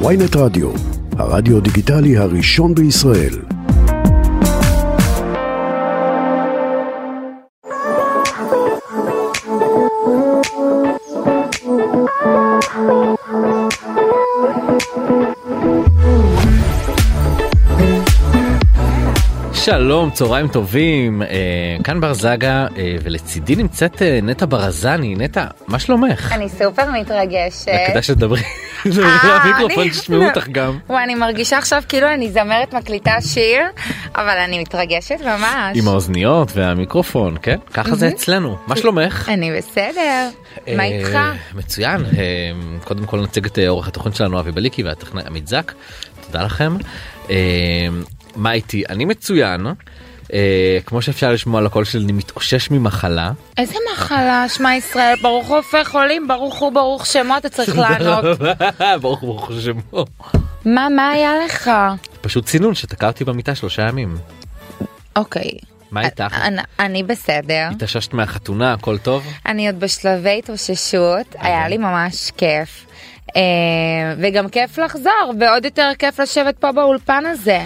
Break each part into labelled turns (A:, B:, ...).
A: ויינט רדיו, הרדיו דיגיטלי הראשון בישראל.
B: שלום, צהריים טובים, אה, כאן ברזגה, אה, ולצידי נמצאת אה, נטע ברזני. נטע, מה שלומך?
C: אני סופר מתרגשת.
B: כדאי שתדברי תדברי
C: אה,
B: למיקרופון,
C: אני-
B: שישמעו אותך גם.
C: וואי, אני מרגישה עכשיו כאילו אני זמרת מקליטה שיר, אבל אני מתרגשת ממש.
B: עם האוזניות והמיקרופון, כן? ככה זה אצלנו. מה שלומך?
C: אני בסדר. מה
B: אה,
C: איתך?
B: מצוין. אה, קודם כל נציג את אה, עורך התוכנית שלנו אבי בליקי והטכנאי עמית זק. תודה לכם. אה, מה איתי? אני מצוין. אה, כמו שאפשר לשמוע על הקול שלי, אני מתאושש ממחלה.
C: איזה מחלה, שמע ישראל, ברוך רופא חולים, ברוך הוא ברוך שמו, אתה צריך
B: לא.
C: לענות. אוקיי.
B: ברוך ברוך שמו.
C: מה, מה היה לך?
B: פשוט צינון שתקע אותי במיטה שלושה ימים.
C: אוקיי.
B: מה איתך?
C: אנ- אני בסדר.
B: התאוששת מהחתונה הכל טוב?
C: אני עוד בשלבי
B: אוקיי.
C: התאוששות, היה לי ממש כיף. אה, וגם כיף לחזור, ועוד יותר כיף לשבת פה באולפן הזה.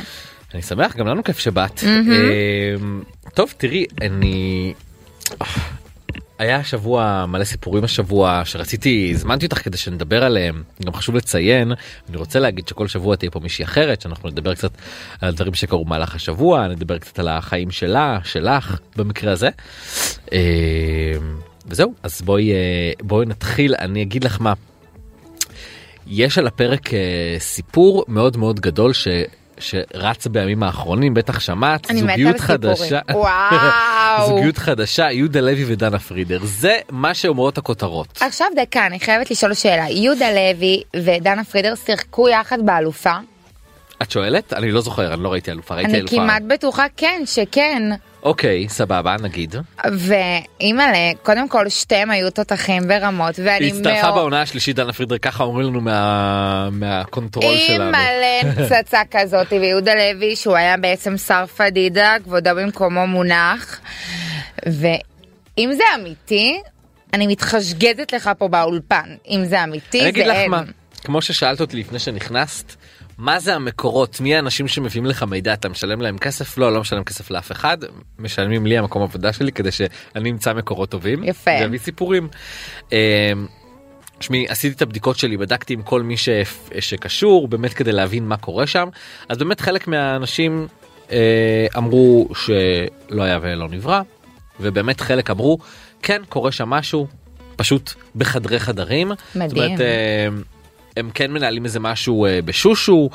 B: אני שמח גם לנו כיף שבאת. אמ, טוב תראי אני. היה השבוע מלא סיפורים השבוע שרציתי הזמנתי אותך כדי שנדבר עליהם גם חשוב לציין אני רוצה להגיד שכל שבוע תהיה פה מישהי אחרת שאנחנו נדבר קצת על דברים שקרו במהלך השבוע נדבר קצת על החיים שלה שלך במקרה הזה. אמ, וזהו אז בואי אה, בואי נתחיל אני אגיד לך מה יש על הפרק אה, סיפור מאוד מאוד גדול ש... שרץ בימים האחרונים בטח שמעת
C: אני מתה על
B: זוגיות
C: סיפורים.
B: חדשה
C: וואו.
B: זוגיות חדשה יהודה לוי ודנה פרידר זה מה שאומרות הכותרות
C: עכשיו דקה, אני חייבת לשאול שאלה. יהודה לוי ודנה פרידר שיחקו יחד באלופה?
B: את שואלת אני לא זוכר אני לא ראיתי אלופה ראיתי
C: אני
B: אלופה
C: כמעט בטוחה כן, שכן.
B: אוקיי סבבה נגיד
C: ואימא'לה, קודם כל שתיהם היו תותחים ברמות, ואני
B: היא
C: מאוד...
B: הצטרפה בעונה השלישית דנה פרידר ככה אומרים לנו מה... מהקונטרול שלנו
C: אימא'לה פצצה כזאת, ויהודה לוי, שהוא היה בעצם שר פדידה, כבודו במקומו מונח. ואם זה אמיתי, אני מתחשגזת לך פה באולפן. אם זה אמיתי, זה
B: אני
C: אין.
B: אגיד לך מה כמו ששאלת אותי לפני שנכנסת מה זה המקורות מי האנשים שמביאים לך מידע אתה משלם להם כסף לא לא משלם כסף לאף אחד משלמים לי המקום עבודה שלי כדי שאני אמצא מקורות טובים
C: יפה.
B: ואביא סיפורים. אמ, שמי עשיתי את הבדיקות שלי בדקתי עם כל מי ש... שקשור באמת כדי להבין מה קורה שם אז באמת חלק מהאנשים אה, אמרו שלא היה ולא נברא ובאמת חלק אמרו כן קורה שם משהו פשוט בחדרי חדרים
C: מדהים.
B: זאת אומרת, אה, הם כן מנהלים איזה משהו אה, בשושו.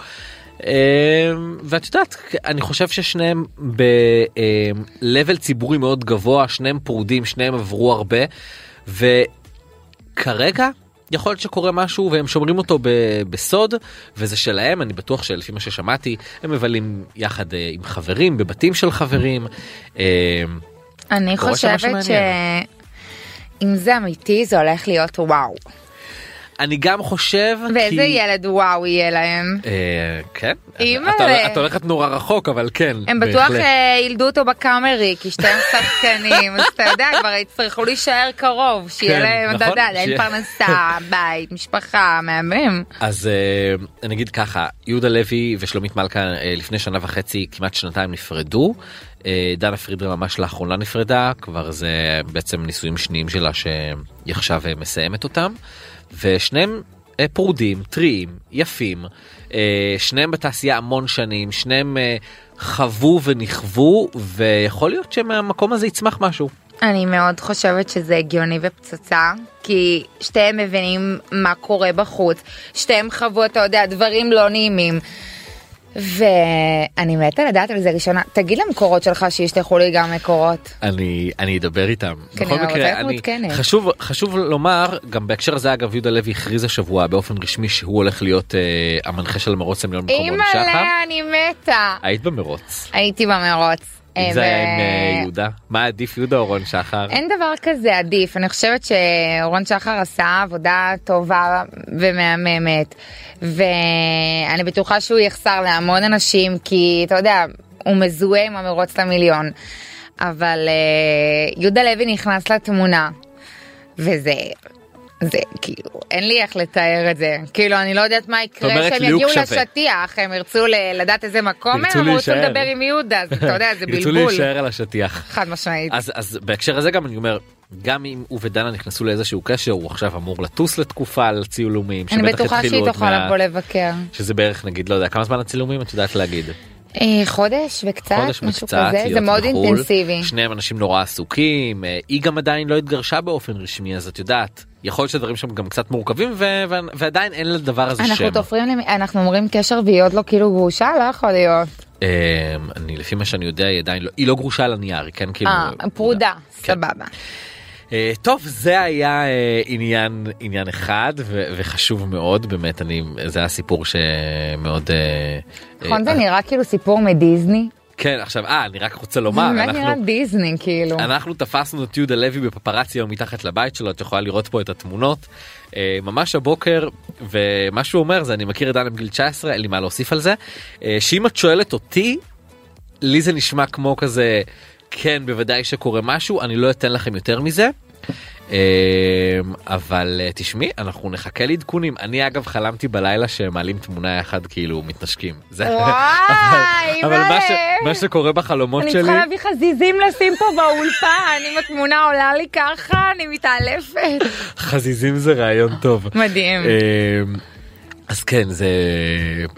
B: אה, ואת יודעת אני חושב ששניהם ב-level ציבורי מאוד גבוה שניהם פרודים שניהם עברו הרבה וכרגע יכול להיות שקורה משהו והם שומרים אותו ב- בסוד וזה שלהם אני בטוח שלפי מה ששמעתי הם מבלים יחד אה, עם חברים בבתים של חברים. אה,
C: אני
B: קורה שם משהו
C: חושבת ש... אם זה אמיתי זה הולך להיות וואו.
B: אני גם חושב
C: ואיזה
B: כי...
C: ילד וואו יהיה להם.
B: אה, כן,
C: אימא'לה.
B: את- את- את הולכת נורא רחוק אבל כן,
C: הם בטוח
B: בהחלט.
C: אה, ילדו אותו בקאמרי כי שתיהם ספקנים, אז אתה יודע כבר יצטרכו להישאר קרוב, שיהיה
B: כן,
C: להם, אתה
B: נכון,
C: יודע, אין
B: שיהיה-
C: פרנסה, בית, משפחה, מהמם.
B: אז אה, אני אגיד ככה יהודה לוי ושלומית מלכה אה, לפני שנה וחצי כמעט שנתיים נפרדו אה, דנה פרידר ממש לאחרונה נפרדה כבר זה בעצם נישואים שניים שלה שהיא עכשיו אה, מסיימת אותם ושניהם אה, פרודים טריים יפים אה, שניהם בתעשייה המון שנים שניהם אה, חוו ונכוו ויכול להיות שמהמקום הזה יצמח משהו.
C: אני מאוד חושבת שזה הגיוני ופצצה, כי שתיהם מבינים מה קורה בחוץ, שתיהם חוו, אתה יודע, דברים לא נעימים. ואני מתה לדעת על זה ראשונה. תגיד למקורות שלך שישלחו לי גם מקורות.
B: אני אני אדבר איתם.
C: כן,
B: בכל
C: אבל
B: מקרה,
C: צריך
B: אני,
C: מעודכנת.
B: חשוב חשוב לומר גם בהקשר הזה אגב יהודה לוי הכריז השבוע באופן רשמי שהוא הולך להיות אה, המנחה של מרוץ עליון במקום רון שחר.
C: אימא'לה, אני מתה.
B: היית במרוץ.
C: הייתי במרוץ.
B: אם זה היה עם
C: ו-
B: אה, יהודה. מה עדיף יהודה או רון שחר?
C: אין דבר כזה עדיף, אני חושבת שרון שחר עשה עבודה טובה ומהממת, ואני בטוחה שהוא יחסר להמון אנשים, כי אתה יודע, הוא מזוהה עם המרוץ למיליון. אבל אה, יהודה לוי נכנס לתמונה, וזה זה כאילו, אין לי איך לתאר את זה. כאילו, אני לא יודעת מה יקרה,
B: אומרת,
C: שהם
B: ליהוק
C: יגיעו
B: שווה.
C: לשטיח, הם ירצו ל- לדעת איזה מקום
B: ירצו
C: הם, הם ירצו
B: להישאר.
C: לדבר עם יהודה, אז אתה יודע, זה
B: ירצו
C: בלבול.
B: להישאר על השטיח.
C: חד משמעית.
B: אז, אז בהקשר הזה גם אני אומר, גם אם הוא ודנה נכנסו לאיזשהו קשר, הוא עכשיו אמור לטוס לתקופה על צילומים,
C: אני
B: שבטח
C: בטוחה
B: יתחילו
C: שהיא
B: עוד
C: תוכל
B: מעט,
C: לבוא לבקר.
B: שזה בערך נגיד, לא יודע, כמה זמן הצילומים את יודעת להגיד?
C: אה, חודש וקצת,
B: חודש
C: משהו
B: וקצת,
C: כזה, זה
B: להיות
C: מאוד
B: בחו"ל.
C: אינטנסיבי.
B: שניהם אנשים נורא עסוקים, אה, היא גם עדיין לא התגרשה באופן רשמי, אז את יודעת, יכול להיות שהדברים שם גם קצת מורכבים, ו- ו- ועדיין אין לדבר הזה שם.
C: אנחנו תופרים, למ- אנחנו אומרים קשר והיא עוד לא כאילו גרושה, לא יכול להיות.
B: אה, אני, לפי מה שאני יודע, היא עדיין לא, היא לא גרושה על הנייר, היא כן כאילו...
C: אה, פרודה,
B: כן.
C: סבבה.
B: אה, טוב זה היה אה, עניין עניין אחד ו- וחשוב מאוד באמת אני זה היה סיפור שמאוד אה,
C: נכון, זה
B: אה,
C: נראה כאילו סיפור מדיסני?
B: כן עכשיו אה אני רק רוצה
C: זה
B: לומר
C: באמת נראה
B: אנחנו
C: דיסני, כאילו.
B: אנחנו תפסנו את יהודה לוי בפפרצי היום מתחת לבית שלו את יכולה לראות פה את התמונות אה, ממש הבוקר ומה שהוא אומר זה אני מכיר את דן בגיל 19 אין לי מה להוסיף על זה אה, שאם את שואלת אותי לי זה נשמע כמו כזה כן בוודאי שקורה משהו אני לא אתן לכם יותר מזה. אמ, אבל אה, תשמעי אנחנו נחכה לעדכונים אני אגב חלמתי בלילה שהם מעלים תמונה יחד כאילו מתנשקים זה
C: וואי,
B: אבל מה, ש...
C: מלא.
B: מה שקורה בחלומות
C: אני
B: שלי
C: צריכה להביא חזיזים לשים פה באולפן, אם התמונה עולה לי ככה, אני מתעלפת.
B: חזיזים זה רעיון טוב
C: מדהים.
B: אמ, אז כן זה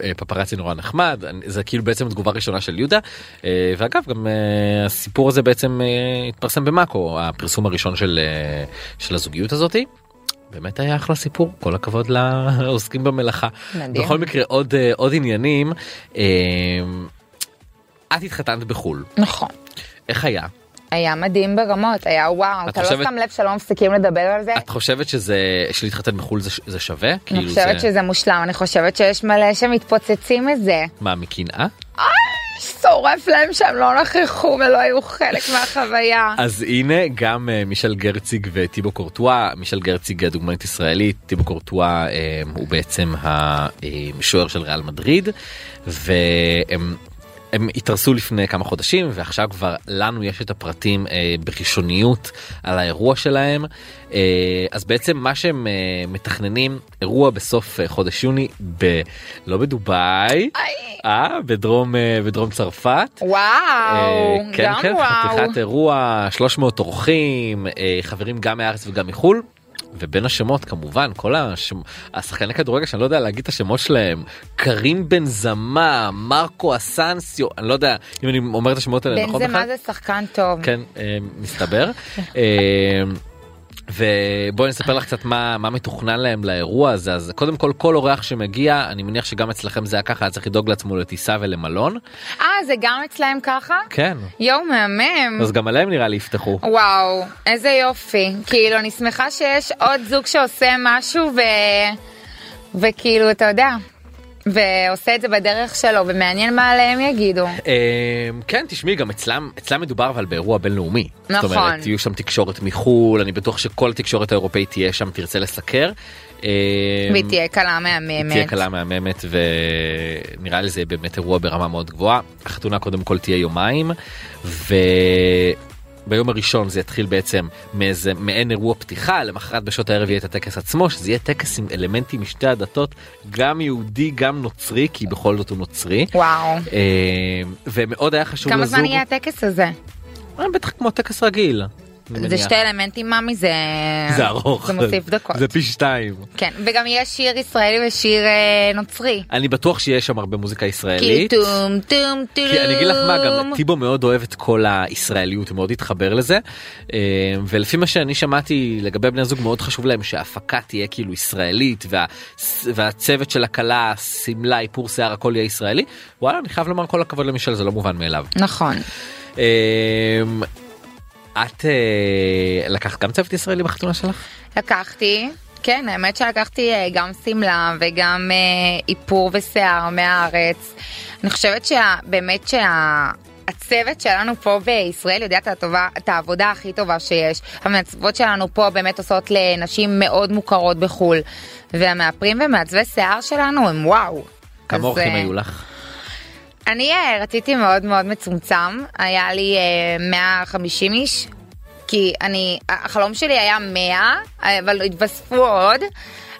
B: אה, פפרצי נורא נחמד אני- זה כאילו בעצם התגובה הראשונה של יהודה אה, ואגב גם אה, הסיפור הזה בעצם אה, התפרסם במאקו הפרסום הראשון של אה, של הזוגיות הזאתי. באמת היה אחלה סיפור כל הכבוד לעוסקים במלאכה.
C: מדהים.
B: בכל מקרה עוד אה, עוד עניינים אה, את התחתנת בחול
C: נכון.
B: איך היה
C: אה. היה מדהים ברמות, היה
B: את
C: וואו, אתה לא
B: חושבת-
C: שם לב שלא מפסיקים לדבר על זה?
B: את חושבת שזה שלהתחתן בחול זה, ש- זה שווה
C: אני חושבת
B: כאילו זה
C: שזה מושלם, אני חושבת שיש מלא שמתפוצצים מזה.
B: מה מקנאה
C: שורף להם שהם לא נכחו ולא היו חלק מהחוויה.
B: אז הנה גם אה, מישל גרציג וטיבו קורטואה מישל גרציג אה, דוגמנית ישראלית טיבו קורטואה אה, הוא בעצם השוער של ריאל מדריד והם. הם התארסו לפני כמה חודשים ועכשיו כבר לנו יש את הפרטים אה, בראשוניות על האירוע שלהם אה, אז בעצם מה שהם אה, מתכננים אירוע בסוף אה, חודש יוני ב... לא בדובאי
C: איי.
B: אה, בדרום אה, בדרום צרפת
C: וואו,
B: אה, כן
C: גם
B: כן
C: וואו.
B: חתיכת אירוע 300 אורחים אה, חברים גם מהארץ וגם מחול. ובין השמות כמובן כל השמ... השחקני כדורגל שאני לא יודע להגיד את השמות שלהם קרים בן זמה מרקו אסנסיו אני לא יודע אם אני אומר את השמות האלה
C: בן
B: נכון
C: זה
B: בכלל?
C: מה זה שחקן טוב.
B: כן אה, מסתבר. אה, ובואי נספר לך קצת מה מה מתוכנן להם לאירוע הזה אז קודם כל כל אורח שמגיע אני מניח שגם אצלכם זה היה ככה היה צריך לדאוג לעצמו לטיסה ולמלון
C: אה, זה גם אצלהם ככה?
B: כן
C: יואו, מהמם.
B: אז גם עליהם נראה לי יפתחו.
C: וואו, איזה יופי. כאילו, אני שמחה שיש עוד זוג שעושה משהו ו... וכאילו, אתה יודע, ועושה את זה בדרך שלו, ומעניין מה עליהם יגידו.
B: אמ, כן תשמעי גם אצלם אצלם מדובר אבל באירוע בינלאומי.
C: נכון.
B: זאת אומרת יהיו שם תקשורת מחו"ל אני בטוח שכל התקשורת האירופאית תהיה שם תרצה לסקר. אמ,
C: והיא תהיה קלה
B: היא
C: מהממת.
B: תהיה קלה מהממת ונראה לי זה באמת אירוע ברמה מאוד גבוהה. החתונה קודם כל תהיה יומיים וביום הראשון זה יתחיל בעצם מאיזה מעין אירוע פתיחה למחרת בשעות הערב יהיה את הטקס עצמו שזה יהיה טקס עם אלמנטים משתי הדתות גם יהודי גם נוצרי כי בכל זאת הוא נוצרי.
C: וואו.
B: אה, ומאוד היה חשוב
C: כמה
B: לזוג,
C: זמן יהיה הטקס הזה?
B: אה, בטח כמו טקס רגיל. אני
C: זה
B: מניח.
C: שתי אלמנטים, מה מזה?
B: זה ארוך,
C: זה מוסיף דקות.
B: זה פי שתיים.
C: כן, וגם יש שיר ישראלי ושיר אה, נוצרי.
B: אני בטוח שיש שם הרבה מוזיקה
C: כאילו
B: ישראלית.
C: טום טום טום.
B: כי אני אגיד לך מה גם טיבו מאוד אוהב את כל הישראליות הוא מאוד התחבר לזה אה, ולפי מה שאני שמעתי לגבי בני הזוג מאוד חשוב להם שההפקה תהיה כאילו ישראלית וה, והצוות של הכלה שמלה איפור שיער הכל יהיה ישראלי וואלה אני חייב לומר כל הכבוד למישל זה לא מובן מאליו.
C: נכון.
B: אה, את אה, לקחת גם צוות ישראלי בחתונה שלך?
C: לקחתי, כן, האמת שלקחתי אה, גם שמלה וגם אה, איפור ושיער מהארץ. אני חושבת שבאמת שה... הצוות שלנו פה בישראל יודע את, הטובה, את העבודה הכי טובה שיש. המעצבות שלנו פה באמת עושות לנשים מאוד מוכרות בחו"ל. והמאפרים ומעצבי שיער שלנו הם וואו. אז,
B: כמה אורחים
C: אה,
B: היו לך?
C: אני אה, רציתי מאוד מאוד מצומצם, היה לי אה, 150 איש, כי אני, החלום שלי היה 100, אבל התווספו עוד.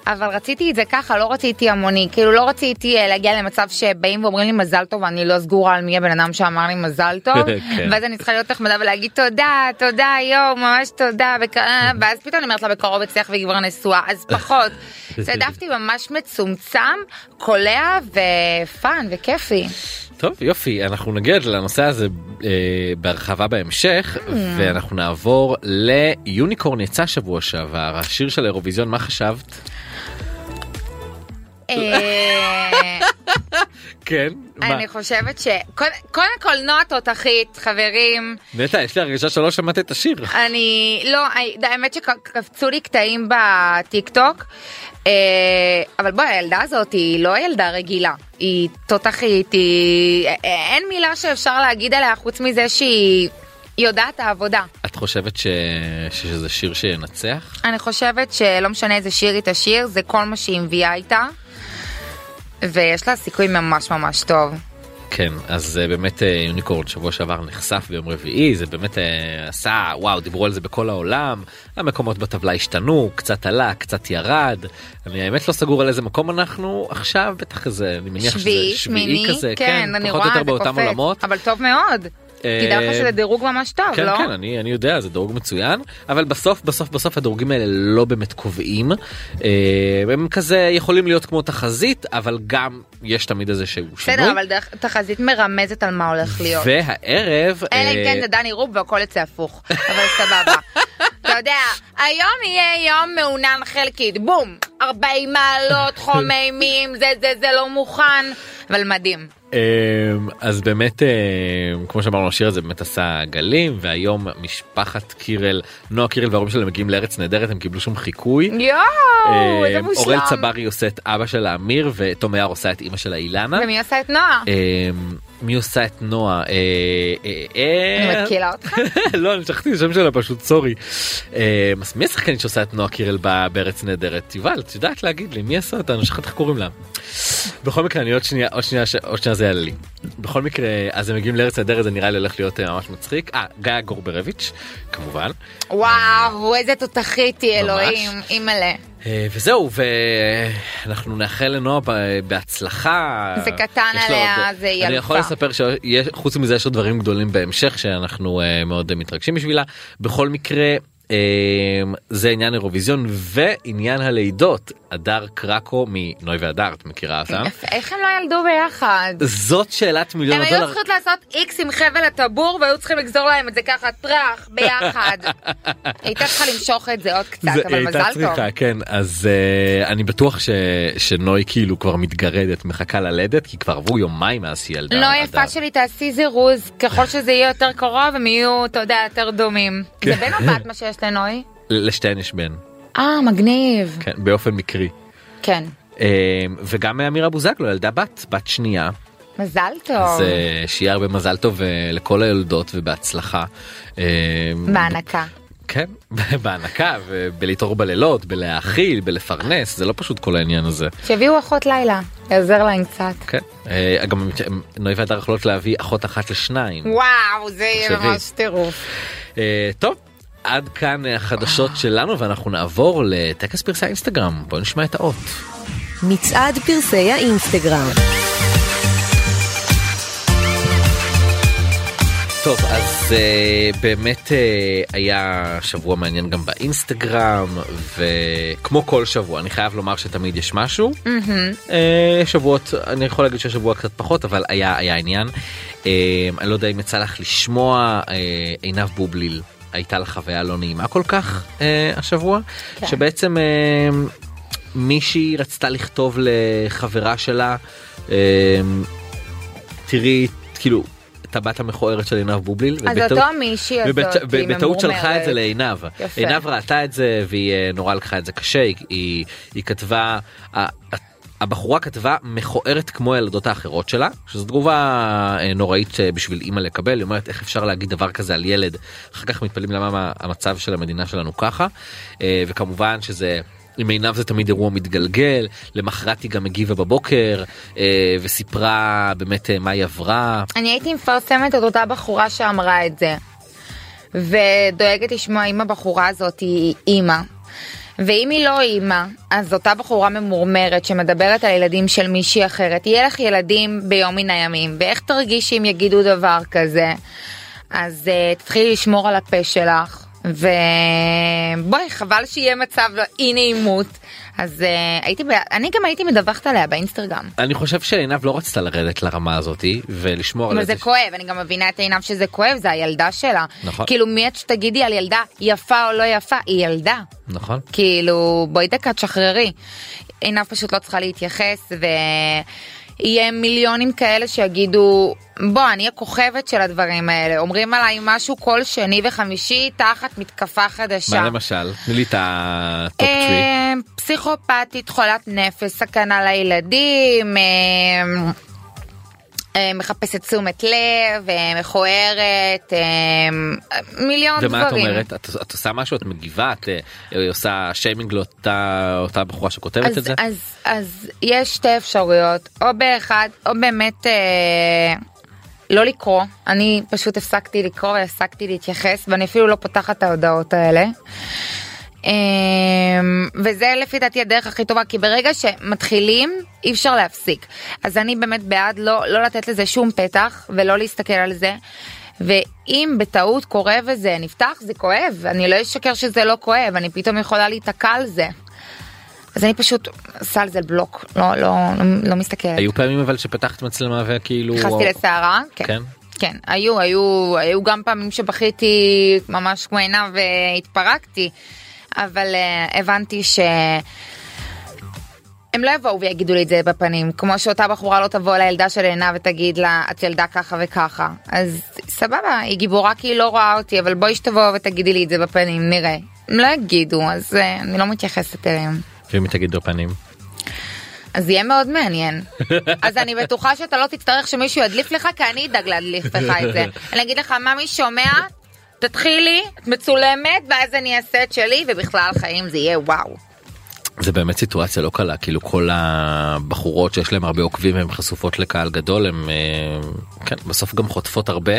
C: אבל רציתי את זה ככה, לא רציתי המוני, כאילו לא רציתי אה, להגיע למצב שבאים ואומרים לי מזל טוב ואני לא סגורה על מי הבן אדם שאמר לי מזל טוב,
B: כן.
C: ואז אני צריכה להיות נחמדה ולהגיד תודה, תודה, יואו, ממש תודה, בק- אה, ואז פתאום אני אומרת לה בקרוב אצלך והיא כבר נשואה, אז פחות. אז העדפתי ממש מצומצם, קולע ופאן וכיפי.
B: טוב יופי אנחנו נגיע לנושא הזה אה, בהרחבה
C: Mm.
B: בהמשך ואנחנו נעבור ליוניקורן יצא שבוע שעבר השיר של האירוויזיון מה חשבת?
C: אה,
B: כן. מה?
C: אני חושבת ש... קוד- קודם כל נועה תותחית, חברים.
B: נטע יש לי הרגשה שלא שמעת את השיר.
C: אני לא, אני- האמת שקפצו לי קטעים בטיק טוק, אה, אבל בואי הילדה הזאת היא לא ילדה רגילה, היא תותחית, היא... אה, אין מילה שאפשר להגיד עליה חוץ מזה שהיא יודעת העבודה.
B: את חושבת ש... שזה שיר שינצח?
C: אני חושבת שלא משנה איזה שיר היא תשיר, זה כל מה שהיא מביאה איתה, ויש לה סיכוי ממש ממש טוב.
B: כן אז אה, באמת אה, יוניקורן שבוע שעבר נחשף ביום רביעי זה באמת אה, עשה וואו דיברו על זה בכל העולם המקומות בטבלה השתנו קצת עלה קצת ירד אני האמת לא סגור על איזה מקום אנחנו עכשיו בטח איזה אני מניח שזה שביעי כזה
C: כן,
B: כן,
C: אני
B: פחות או
C: רואה,
B: יותר
C: זה
B: באותם
C: קופץ.
B: עולמות.
C: אבל טוב מאוד. תדע לך
B: אה,
C: שזה דירוג ממש טוב,
B: כן,
C: לא?
B: כן, אני, אני יודע, זה דירוג מצוין, אבל בסוף, בסוף, בסוף הדירוגים האלה לא באמת קובעים. אה, הם כזה יכולים להיות כמו תחזית, אבל גם יש תמיד איזה שהוא שינוי.
C: בסדר, אבל דרך- תחזית מרמזת על מה הולך להיות.
B: והערב,
C: אלא
B: אה,
C: אם כן זה דני רוב והכל יצא הפוך, אבל סבבה. אתה יודע, היום יהיה יום מעונן חלקית, בום, 40 מעלות, חום אימים, זה זה זה לא מוכן, אבל מדהים.
B: אמ, אז באמת אמ, כמו שאמרנו השיר הזה באמת עשה גלים והיום משפחת קירל נועה קירל וההורים שלהם מגיעים לארץ נהדרת הם קיבלו שם חיקוי.
C: יואו, איזה
B: אמ, אורל
C: מושלם.
B: צברי עושה את אבא שלה אמיר ותום יער עושה את אימא שלה אילנה.
C: ומי עשה את נועה?
B: אמ, מי עושה את נועה? אה, אה, אה,
C: אני מתקילה אותך?
B: לא אני שכחתי את השם שלה פשוט סורי. אמ, אז מי השחקנית שעושה את נועה קירל ב- בארץ נהדרת? יובל את יודעת להגיד לי מי עשה אותה? אני שכחת איך קוראים לה. בכל מקרה אני עוד שנייה עוד שנייה ש- עוד שנייה זה יעלה לי. בכל מקרה אז הם מגיעים לארץ נהדרת זה נראה לי הולך להיות אה, ממש מצחיק. אה גיא גורברביץ' כמובן.
C: וואו, איזה תותחית היא,
B: ממש.
C: אלוהים, אימא'לה.
B: אה, וזהו ואנחנו נאחל לנועה ב- בהצלחה.
C: זה קטן
B: יש לה
C: עליה,
B: עוד-
C: זה היא
B: אני
C: אלופה.
B: יכול לספר שחוץ מזה יש עוד דברים גדולים בהמשך שאנחנו אה, מאוד אה, מתרגשים בשבילה. בכל מקרה אה, זה עניין אירוויזיון ועניין הלידות הדר קרקו מנוי והדר את מכירה אותם.
C: יפה, איך הם לא ילדו ביחד?
B: זאת שאלת מיליון
C: הם היו
B: הדולר.
C: צריכות לעשות איקס עם חבל הטבור והיו צריכים לגזור להם את זה ככה טראח ביחד. היא הייתה צריכה למשוך את זה עוד קצת
B: זה-
C: אבל
B: הייתה
C: מזל טוב.
B: צריכה, כן, אז אה, אני בטוח ש- שנוי כאילו כבר מתגרדת, מחכה ללדת, כי כבר עברו יומיים מאז שהיא ילדה.
C: לא
B: הדר.
C: יפה שלי תעשי זירוז ככל שזה יהיה יותר קרוב הם יהיו אתה יודע יותר דומים.
B: כן.
C: זה בן או בת מה שיש לנוי?
B: לשתיהן יש בן.
C: אה מגניב.
B: כן, באופן מקרי.
C: כן.
B: אה, וגם אמירה בוזגלו ילדה בת, בת שנייה,
C: מזל
B: אז
C: טוב.
B: אה, שיהיה הרבה מזל טוב אה, לכל היולדות ובהצלחה. אה,
C: בהנקה.
B: כן, בהענקה, בלהתעורר בלילות, בלהאכיל, בלפרנס, זה לא פשוט כל העניין הזה.
C: שיביאו אחות לילה. יעזר להם קצת.
B: כן, אה, גם הם- נוי והדר יכולות להביא אחות אחת לשניים.
C: וואו זה יהיה
B: תחשבי.
C: ממש טירוף.
B: אה, טוב, עד כאן אה, החדשות שלנו ואנחנו נעבור לטקס פרסי האינסטגרם, בואו נשמע את האות.
D: מצעד פרסי האינסטגרם.
B: טוב אז uh, באמת uh, היה שבוע מעניין גם באינסטגרם וכמו כל שבוע אני חייב לומר שתמיד יש משהו
C: מהמם.
B: uh, שבועות אני יכול להגיד שהשבוע קצת פחות אבל היה היה עניין uh, אני לא יודע אם יצא לך לשמוע uh, עינב בובליל הייתה לה חוויה לא נעימה כל כך uh, השבוע
C: כן.
B: שבעצם uh, מישהי רצתה לכתוב לחברה שלה. Uh, תראי כאילו את הבת המכוערת של עינב בובליל.
C: אז
B: ובטעות-
C: אותו מישהי
B: ובט-
C: הזאת היא
B: בטעות שלחה את
C: ממורמרת.
B: זה לעינב.
C: יפה.
B: עינב ראתה את זה והיא אה, נורא לקחה את זה קשה, היא- היא- היא כתבה, ה- הבחורה כתבה מכוערת כמו הילדות האחרות שלה, שזו תגובה אה, נוראית אה, בשביל אימא לקבל, היא אומרת איך אפשר להגיד דבר כזה על ילד, אחר כך מתפלאים למה מה- המצב של המדינה שלנו ככה, אה, וכמובן שזה... עם עיניו זה תמיד אירוע מתגלגל, למחרת היא גם הגיבה בבוקר אה, וסיפרה באמת אה, מה היא עברה.
C: אני הייתי מפרסמת את אותה בחורה שאמרה את זה. ודואגת לשמוע אם הבחורה הזאת היא אימא. ואם היא לא אימא, אז אותה בחורה ממורמרת שמדברת על ילדים של מישהי אחרת, יהיה לך ילדים ביום מן הימים, ואיך תרגישי אם יגידו דבר כזה? אז uh, תתחילי לשמור על הפה שלך, ובואי, חבל שיהיה מצב לא- אי נעימות. אז uh, הייתי, ב... אני גם הייתי מדווחת עליה באינסטגרם.
B: אני חושב שעינב לא רצתה לרדת לרמה הזאתי ולשמור על
C: אבל
B: איזה...
C: זה כואב, אני גם מבינה את עיניו שזה כואב, זה הילדה שלה.
B: נכון.
C: כאילו מי את שתגידי על ילדה יפה או לא יפה, היא ילדה.
B: נכון.
C: כאילו בואי דקה תשחררי. עינב פשוט לא צריכה להתייחס ויהיה מיליונים כאלה שיגידו בוא אני הכוכבת של הדברים האלה אומרים עליי משהו כל שני וחמישי תחת מתקפה חדשה.
B: מה למשל? תני לי את הטופ טרי.
C: אה, פסיכופתית, חולת נפש, סכנה לילדים, אה, אה, מחפשת תשומת לב, אה, מכוערת, אה, מיליון דברים.
B: ומה את אומרת? את, את עושה משהו? את מגיבה? את אה, עושה שיימינג לאותה אותה בחורה שכותבת את
C: אז,
B: זה?
C: אז, אז יש שתי אפשרויות, או באחד, או באמת אה, לא לקרוא. אני פשוט הפסקתי לקרוא והפסקתי להתייחס, ואני אפילו לא פותחת את ההודעות האלה. אה, וזה לפי דעתי הדרך הכי טובה, כי ברגע שמתחילים, אי אפשר להפסיק. אז אני באמת בעד לא, לא לתת לזה שום פתח, ולא להסתכל על זה. ואם בטעות קורה וזה נפתח, זה כואב. אני לא אשקר שזה לא כואב, אני פתאום יכולה להיתקע על זה. אז אני פשוט עושה על זה בלוק, לא, לא, לא, לא מסתכלת.
B: היו פעמים אבל שפתחת מצלמה וכאילו...
C: נכנסתי לסערה, כן.
B: כאילו, כן?
C: כן, היו, היו, היו גם פעמים שבכיתי ממש כמו עיניו והתפרקתי, אבל uh, הבנתי ש... הם לא יבואו ויגידו לי את זה בפנים, כמו שאותה בחורה לא תבוא לילדה של עינה ותגיד לה, את ילדה ככה וככה. אז סבבה, היא גיבורה כי היא לא רואה אותי, אבל בואי שתבוא ותגידי לי את זה בפנים, נראה. הם לא יגידו, אז uh, אני לא מתייחסת אליהם.
B: ואם היא תגיד בפנים?
C: אז יהיה מאוד מעניין. אז אני בטוחה שאתה לא תצטרך שמישהו ידליף לך, כי אני אדאג להדליף לך את זה. אני אגיד לך, מה מי שומע? תתחילי, את מצולמת, ואז אני אעשה את שלי, ובכלל חיים זה יהיה וואו.
B: זה באמת סיטואציה לא קלה כאילו כל הבחורות שיש להם הרבה עוקבים הן חשופות לקהל גדול הם אה, כן, בסוף גם חוטפות הרבה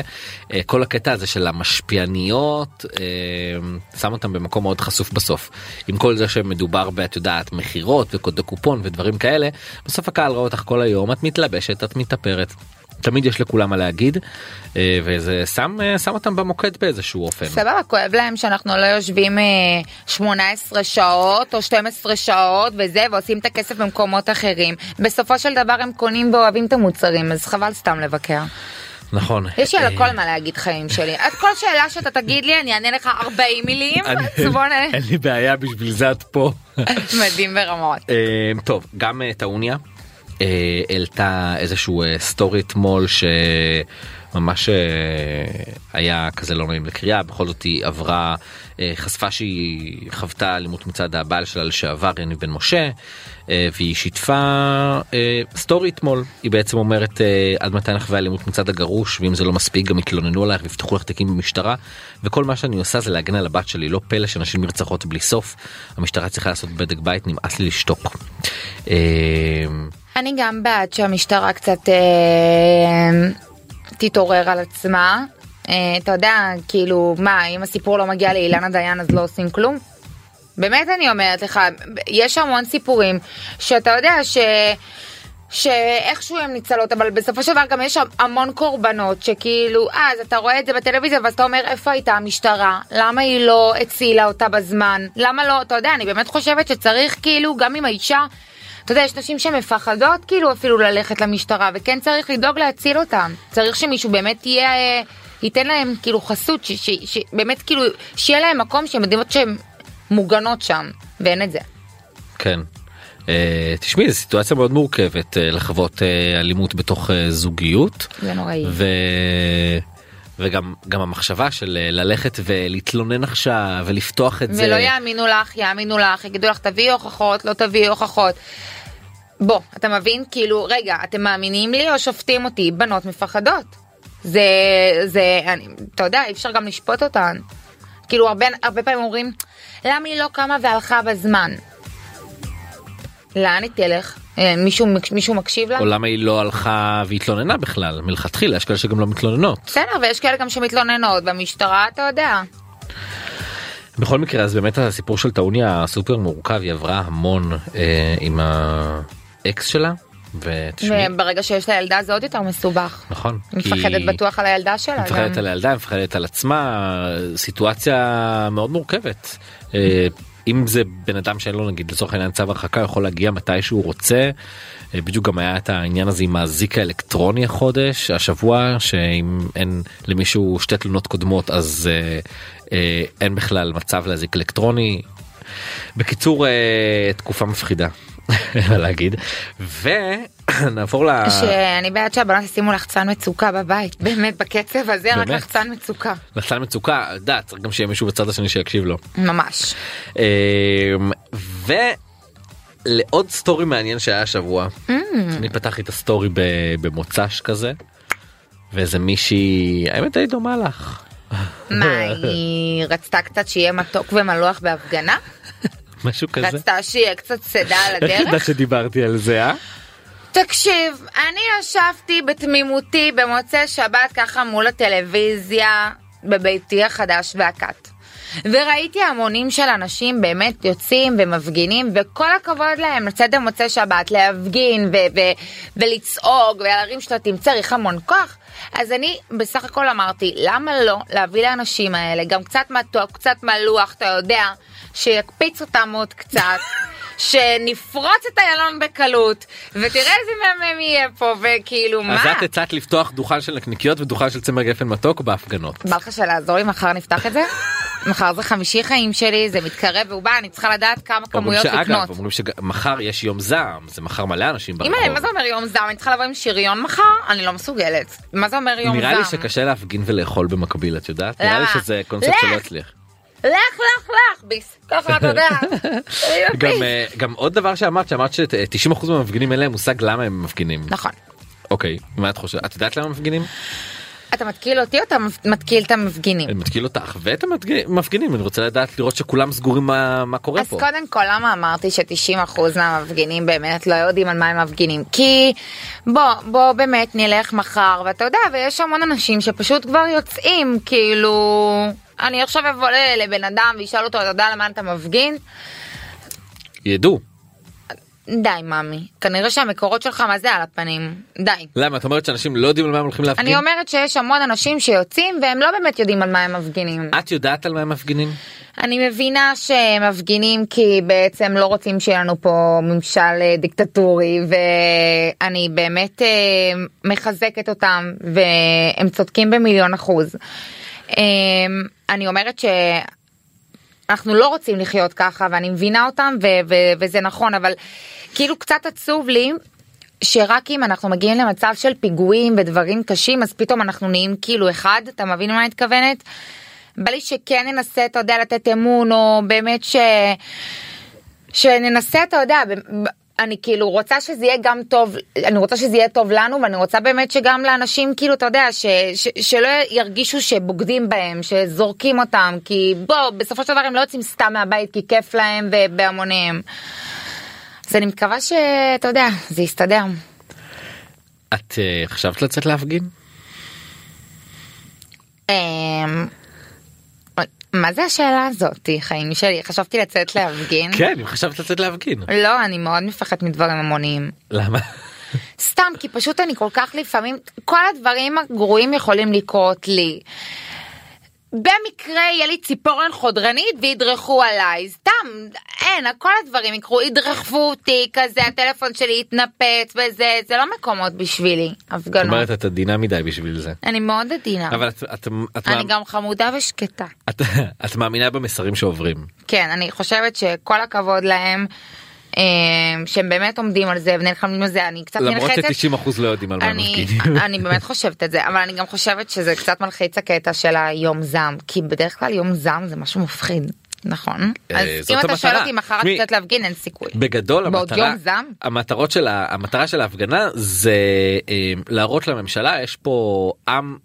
B: אה, כל הקטע הזה של המשפיעניות אה, שם אותם במקום מאוד חשוף בסוף עם כל זה שמדובר באת יודעת מכירות וקודי קופון ודברים כאלה בסוף הקהל רואה אותך כל היום את מתלבשת את מתאפרת. תמיד יש לכולם מה להגיד אה, וזה שם אה, שם אותם במוקד באיזשהו אופן.
C: סבבה, כואב להם שאנחנו לא יושבים אה, 18 שעות או 12 שעות וזה, ועושים את הכסף במקומות אחרים. בסופו של דבר הם קונים ואוהבים את המוצרים, אז חבל סתם לבקר.
B: נכון.
C: יש לי על
B: אה,
C: הכל מה להגיד חיים שלי. את כל שאלה שאתה תגיד לי, אני אענה לך 40 מילים, אז בוא נ...
B: אין לי בעיה בשביל זה את פה.
C: מדהים ברמות.
B: אה, טוב גם אה, טעוניה אה, העלתה איזשהו אה, סטורי אתמול שממש אה, היה כזה לא נעים לקריאה בכל זאת היא עברה אה, חשפה שהיא חוותה אלימות מצד הבעל שלה לשעבר יניב בן משה אה, והיא שיתפה אה, סטורי אתמול היא בעצם אומרת אה, עד מתי נחווה אלימות מצד הגרוש ואם זה לא מספיק גם יתלוננו עלייך ויפתחו לך תיקים במשטרה וכל מה שאני עושה זה להגן על הבת שלי לא פלא שנשים נרצחות בלי סוף המשטרה צריכה לעשות בדק בית נמאס לי לשתוק. אה,
C: אני גם בעד שהמשטרה קצת אה, תתעורר על עצמה. אה, אתה יודע, כאילו, מה, אם הסיפור לא מגיע לאילנה דיין אז לא עושים כלום? באמת אני אומרת לך, יש המון סיפורים שאתה יודע ש... שאיכשהו הן ניצלות, אבל בסופו של דבר גם יש המון קורבנות שכאילו, אה, אז אתה רואה את זה בטלוויזיה ואז אתה אומר, איפה הייתה המשטרה? למה היא לא הצילה אותה בזמן? למה לא, אתה יודע, אני באמת חושבת שצריך כאילו, גם אם האישה, אתה יודע, יש נשים שמפחדות כאילו אפילו ללכת למשטרה, וכן צריך לדאוג להציל אותן. צריך שמישהו באמת יהיה, אה, ייתן להם כאילו חסות, ש- ש- ש- באמת כאילו, שיהיה להם מקום שהם יודעות שהן מוגנות שם, ואין את זה.
B: כן. אה, תשמעי זו סיטואציה מאוד מורכבת אה, לחוות אה, אלימות בתוך אה, זוגיות.
C: זה נוראי.
B: ו... וגם גם המחשבה של אה, ללכת ולהתלונן עכשיו ולפתוח את זה.
C: ולא יאמינו לך, יאמינו לך, יגידו לך תביאי הוכחות, לא תביאי הוכחות. בוא, אתה מבין? כאילו, רגע, אתם מאמינים לי או שופטים אותי? בנות מפחדות. זה, זה, אני, אתה יודע, אי אפשר גם לשפוט אותן. כאילו, הרבה, הרבה פעמים אומרים, למה היא לא קמה והלכה בזמן? לאן היא תלך? אה, מישהו, מישהו מקשיב לה?
B: או למה היא לא הלכה והתלוננה בכלל מלכתחילה יש כאלה שגם לא מתלוננות.
C: בסדר, ויש כאלה גם שמתלוננות, במשטרה אתה יודע.
B: בכל מקרה אז באמת הסיפור של טעוניה הסופר מורכב היא עברה המון אה, עם האקס שלה ותשמעי
C: וברגע שיש לה ילדה זה עוד יותר מסובך.
B: נכון
C: היא מפחדת בטוח על הילדה שלה.
B: היא מפחדת
C: גם.
B: על הילדה היא מפחדת על עצמה סיטואציה מאוד מורכבת. אה, אם זה בן אדם שאין לו נגיד לצורך העניין צו הרחקה יכול להגיע מתי שהוא רוצה. אה, בדיוק גם היה את העניין הזה עם האזיק האלקטרוני החודש השבוע שאם אין למישהו שתי תלונות קודמות אז אה, אה, אין בכלל מצב להזיק אלקטרוני. בקיצור אה, תקופה מפחידה. אין מה להגיד ונעבור ל...
C: שאני בעד שהבנות ישימו לחצן מצוקה בבית, באמת, בקצב הזה רק
B: באמת?
C: לחצן מצוקה,
B: לחצן מצוקה, אתה יודע, צריך גם שיהיה מישהו בצד השני שיקשיב לו.
C: ממש.
B: אמ, ולעוד סטורי מעניין שהיה השבוע,
C: Mm.
B: אני פתחתי את הסטורי ב- במוצ"ש כזה, ואיזה מישהי, האמת די דומה לך.
C: מה, היא רצתה קצת שיהיה מתוק ומלוח בהפגנה?
B: משהו כזה.
C: רצתה שיהיה קצת צידה על
B: איך ידעת
C: הדרך?
B: שדיברתי על זה, אה?
C: תקשיב, אני ישבתי בתמימותי במוצאי שבת ככה מול הטלוויזיה בביתי החדש והכת. וראיתי המונים של אנשים באמת יוצאים ומפגינים, וכל הכבוד להם לצאת במוצאי שבת, להפגין ו- ו- ולצעוק ולהרים שלטים, צריך המון כוח. אז אני בסך הכל אמרתי, למה לא להביא לאנשים האלה גם קצת מתוק, קצת מלוח, אתה יודע, שיקפיץ אותם עוד קצת. שנפרוץ את איילון בקלות, ותראה איזה מהמם יהיה פה, וכאילו מה?
B: אז את הצעת לפתוח דוכן של נקניקיות ודוכן של צמר גפן מתוק בהפגנות.
C: בא לך שלעזור לי מחר נפתח את זה? מחר זה חמישי חיים שלי, זה מתקרב והוא בא, אני צריכה לדעת כמה
B: אומרים
C: כמויות לקנות.
B: שאגב, אומרים שמחר יש יום זעם, זה מחר מלא אנשים ברחוב.
C: אימא'לה, מה זה אומר יום זעם? אני צריכה לבוא עם שריון מחר? אני לא מסוגלת. מה זה אומר יום
B: נראה לי
C: זעם?
B: שקשה להפגין ולאכול במקביל, את יודעת? נראה לי
C: למה?
B: שזה קונספט
C: לך!
B: שלא הצליח.
C: לך, לך, לך, ביס. ככה אתה יודע.
B: גם,
C: אוקיי.
B: אה, גם עוד דבר שאמרת שאמרת ש-90% מהמפגינים אין להם מושג למה הם מפגינים.
C: נכון.
B: אוקיי, מה את חושבת? את יודעת למה הם מפגינים?
C: אתה מתקיל אותי או אתה מתקיל את המפגינים?
B: אני מתקיל אותך ואת המפגינים, אני רוצה לדעת לראות שכולם סגורים מה, מה קורה
C: אז
B: פה.
C: קודם כל למה אמרתי ש-90% מהמפגינים באמת לא יודעים על מה הם מפגינים? כי בוא, בוא באמת נלך מחר, ואתה יודע, ויש המון אנשים שפשוט כבר יוצאים, כאילו... אני עכשיו אבוא ל- לבן אדם ואשאל אותו, אתה יודע למה אתה מפגין?
B: ידעו.
C: די, ממי. כנראה שהמקורות שלך, מה זה על הפנים? די.
B: למה את אומרת שאנשים לא יודעים על מה הם הולכים להפגין?
C: אני אומרת שיש המון אנשים שיוצאים והם לא באמת יודעים על מה הם מפגינים.
B: את יודעת על מה הם מפגינים?
C: אני מבינה שמפגינים כי בעצם לא רוצים שיהיה לנו פה ממשל אה, דיקטטורי ואני באמת אה, מחזקת אותם והם צודקים במיליון אחוז. אה, אני אומרת שאנחנו לא רוצים לחיות ככה ואני מבינה אותם ו- ו- וזה נכון אבל כאילו קצת עצוב לי. שרק אם אנחנו מגיעים למצב של פיגועים ודברים קשים אז פתאום אנחנו נהיים כאילו אחד אתה מבין מה אני מתכוונת? בא לי שכן ננסה, אתה יודע, לתת אמון, או באמת ש... שננסה, אתה יודע, ב- ב- אני כאילו רוצה שזה יהיה גם טוב, אני רוצה שזה יהיה טוב לנו, ואני רוצה באמת שגם לאנשים, כאילו, אתה יודע, ש... ש... שלא ירגישו שבוגדים בהם, שזורקים אותם, כי בוא, בסופו של דבר הם לא יוצאים סתם מהבית כי כיף להם ובהמוניהם. אז אני מקווה שאתה יודע, זה יסתדר.
B: את אה, חשבת לצאת להפגין?
C: Mm. אמ, מה זה השאלה הזאתי, חיים שלי? חשבתי לצאת להפגין.
B: כן, אם חשבת לצאת להפגין.
C: לא, אני מאוד מפחדת מדברים המוניים.
B: למה?
C: לא, סתם, כי פשוט אני כל כך לפעמים, כל הדברים הגרועים יכולים לקרות לי. במקרה יהיה לי ציפורן חודרנית וידרכו עליי, סתם, אין, כל הדברים יקרו, ידרכו אותי, כזה, הטלפון שלי יתנפץ וזה, זה לא מקומות בשבילי,
B: זאת
C: הפגנות.
B: אומרת, את עדינה מדי בשביל זה.
C: אני מאוד עדינה.
B: אבל את- את- את
C: אה. אני
B: מאמ-
C: גם חמודה ושקטה.
B: את- את מאמינה במסרים שעוברים.
C: כן, אני חושבת שכל הכבוד להם, אה, שהם באמת עומדים על זה ונלחמים על זה, אני קצת
B: למרות
C: נלחצת.
B: ש-90% לא יודעים על מה הם
C: אני,
B: מפגינים.
C: אני באמת חושבת את זה אבל אני גם חושבת שזה קצת מלחיץ הקטע של היום זעם כי בדרך כלל יום זעם זה משהו מפחיד נכון
B: אה,
C: אז
B: זאת
C: אם אתה שואל
B: המטרה.
C: אותי מחר את
B: תשמעי,
C: יוצאת להפגין אין סיכוי
B: בגדול
C: בעוד
B: המטרה,
C: יום זעם?
B: המטרות של ה- המטרה של ההפגנה זה אה, להראות לממשלה יש פה עם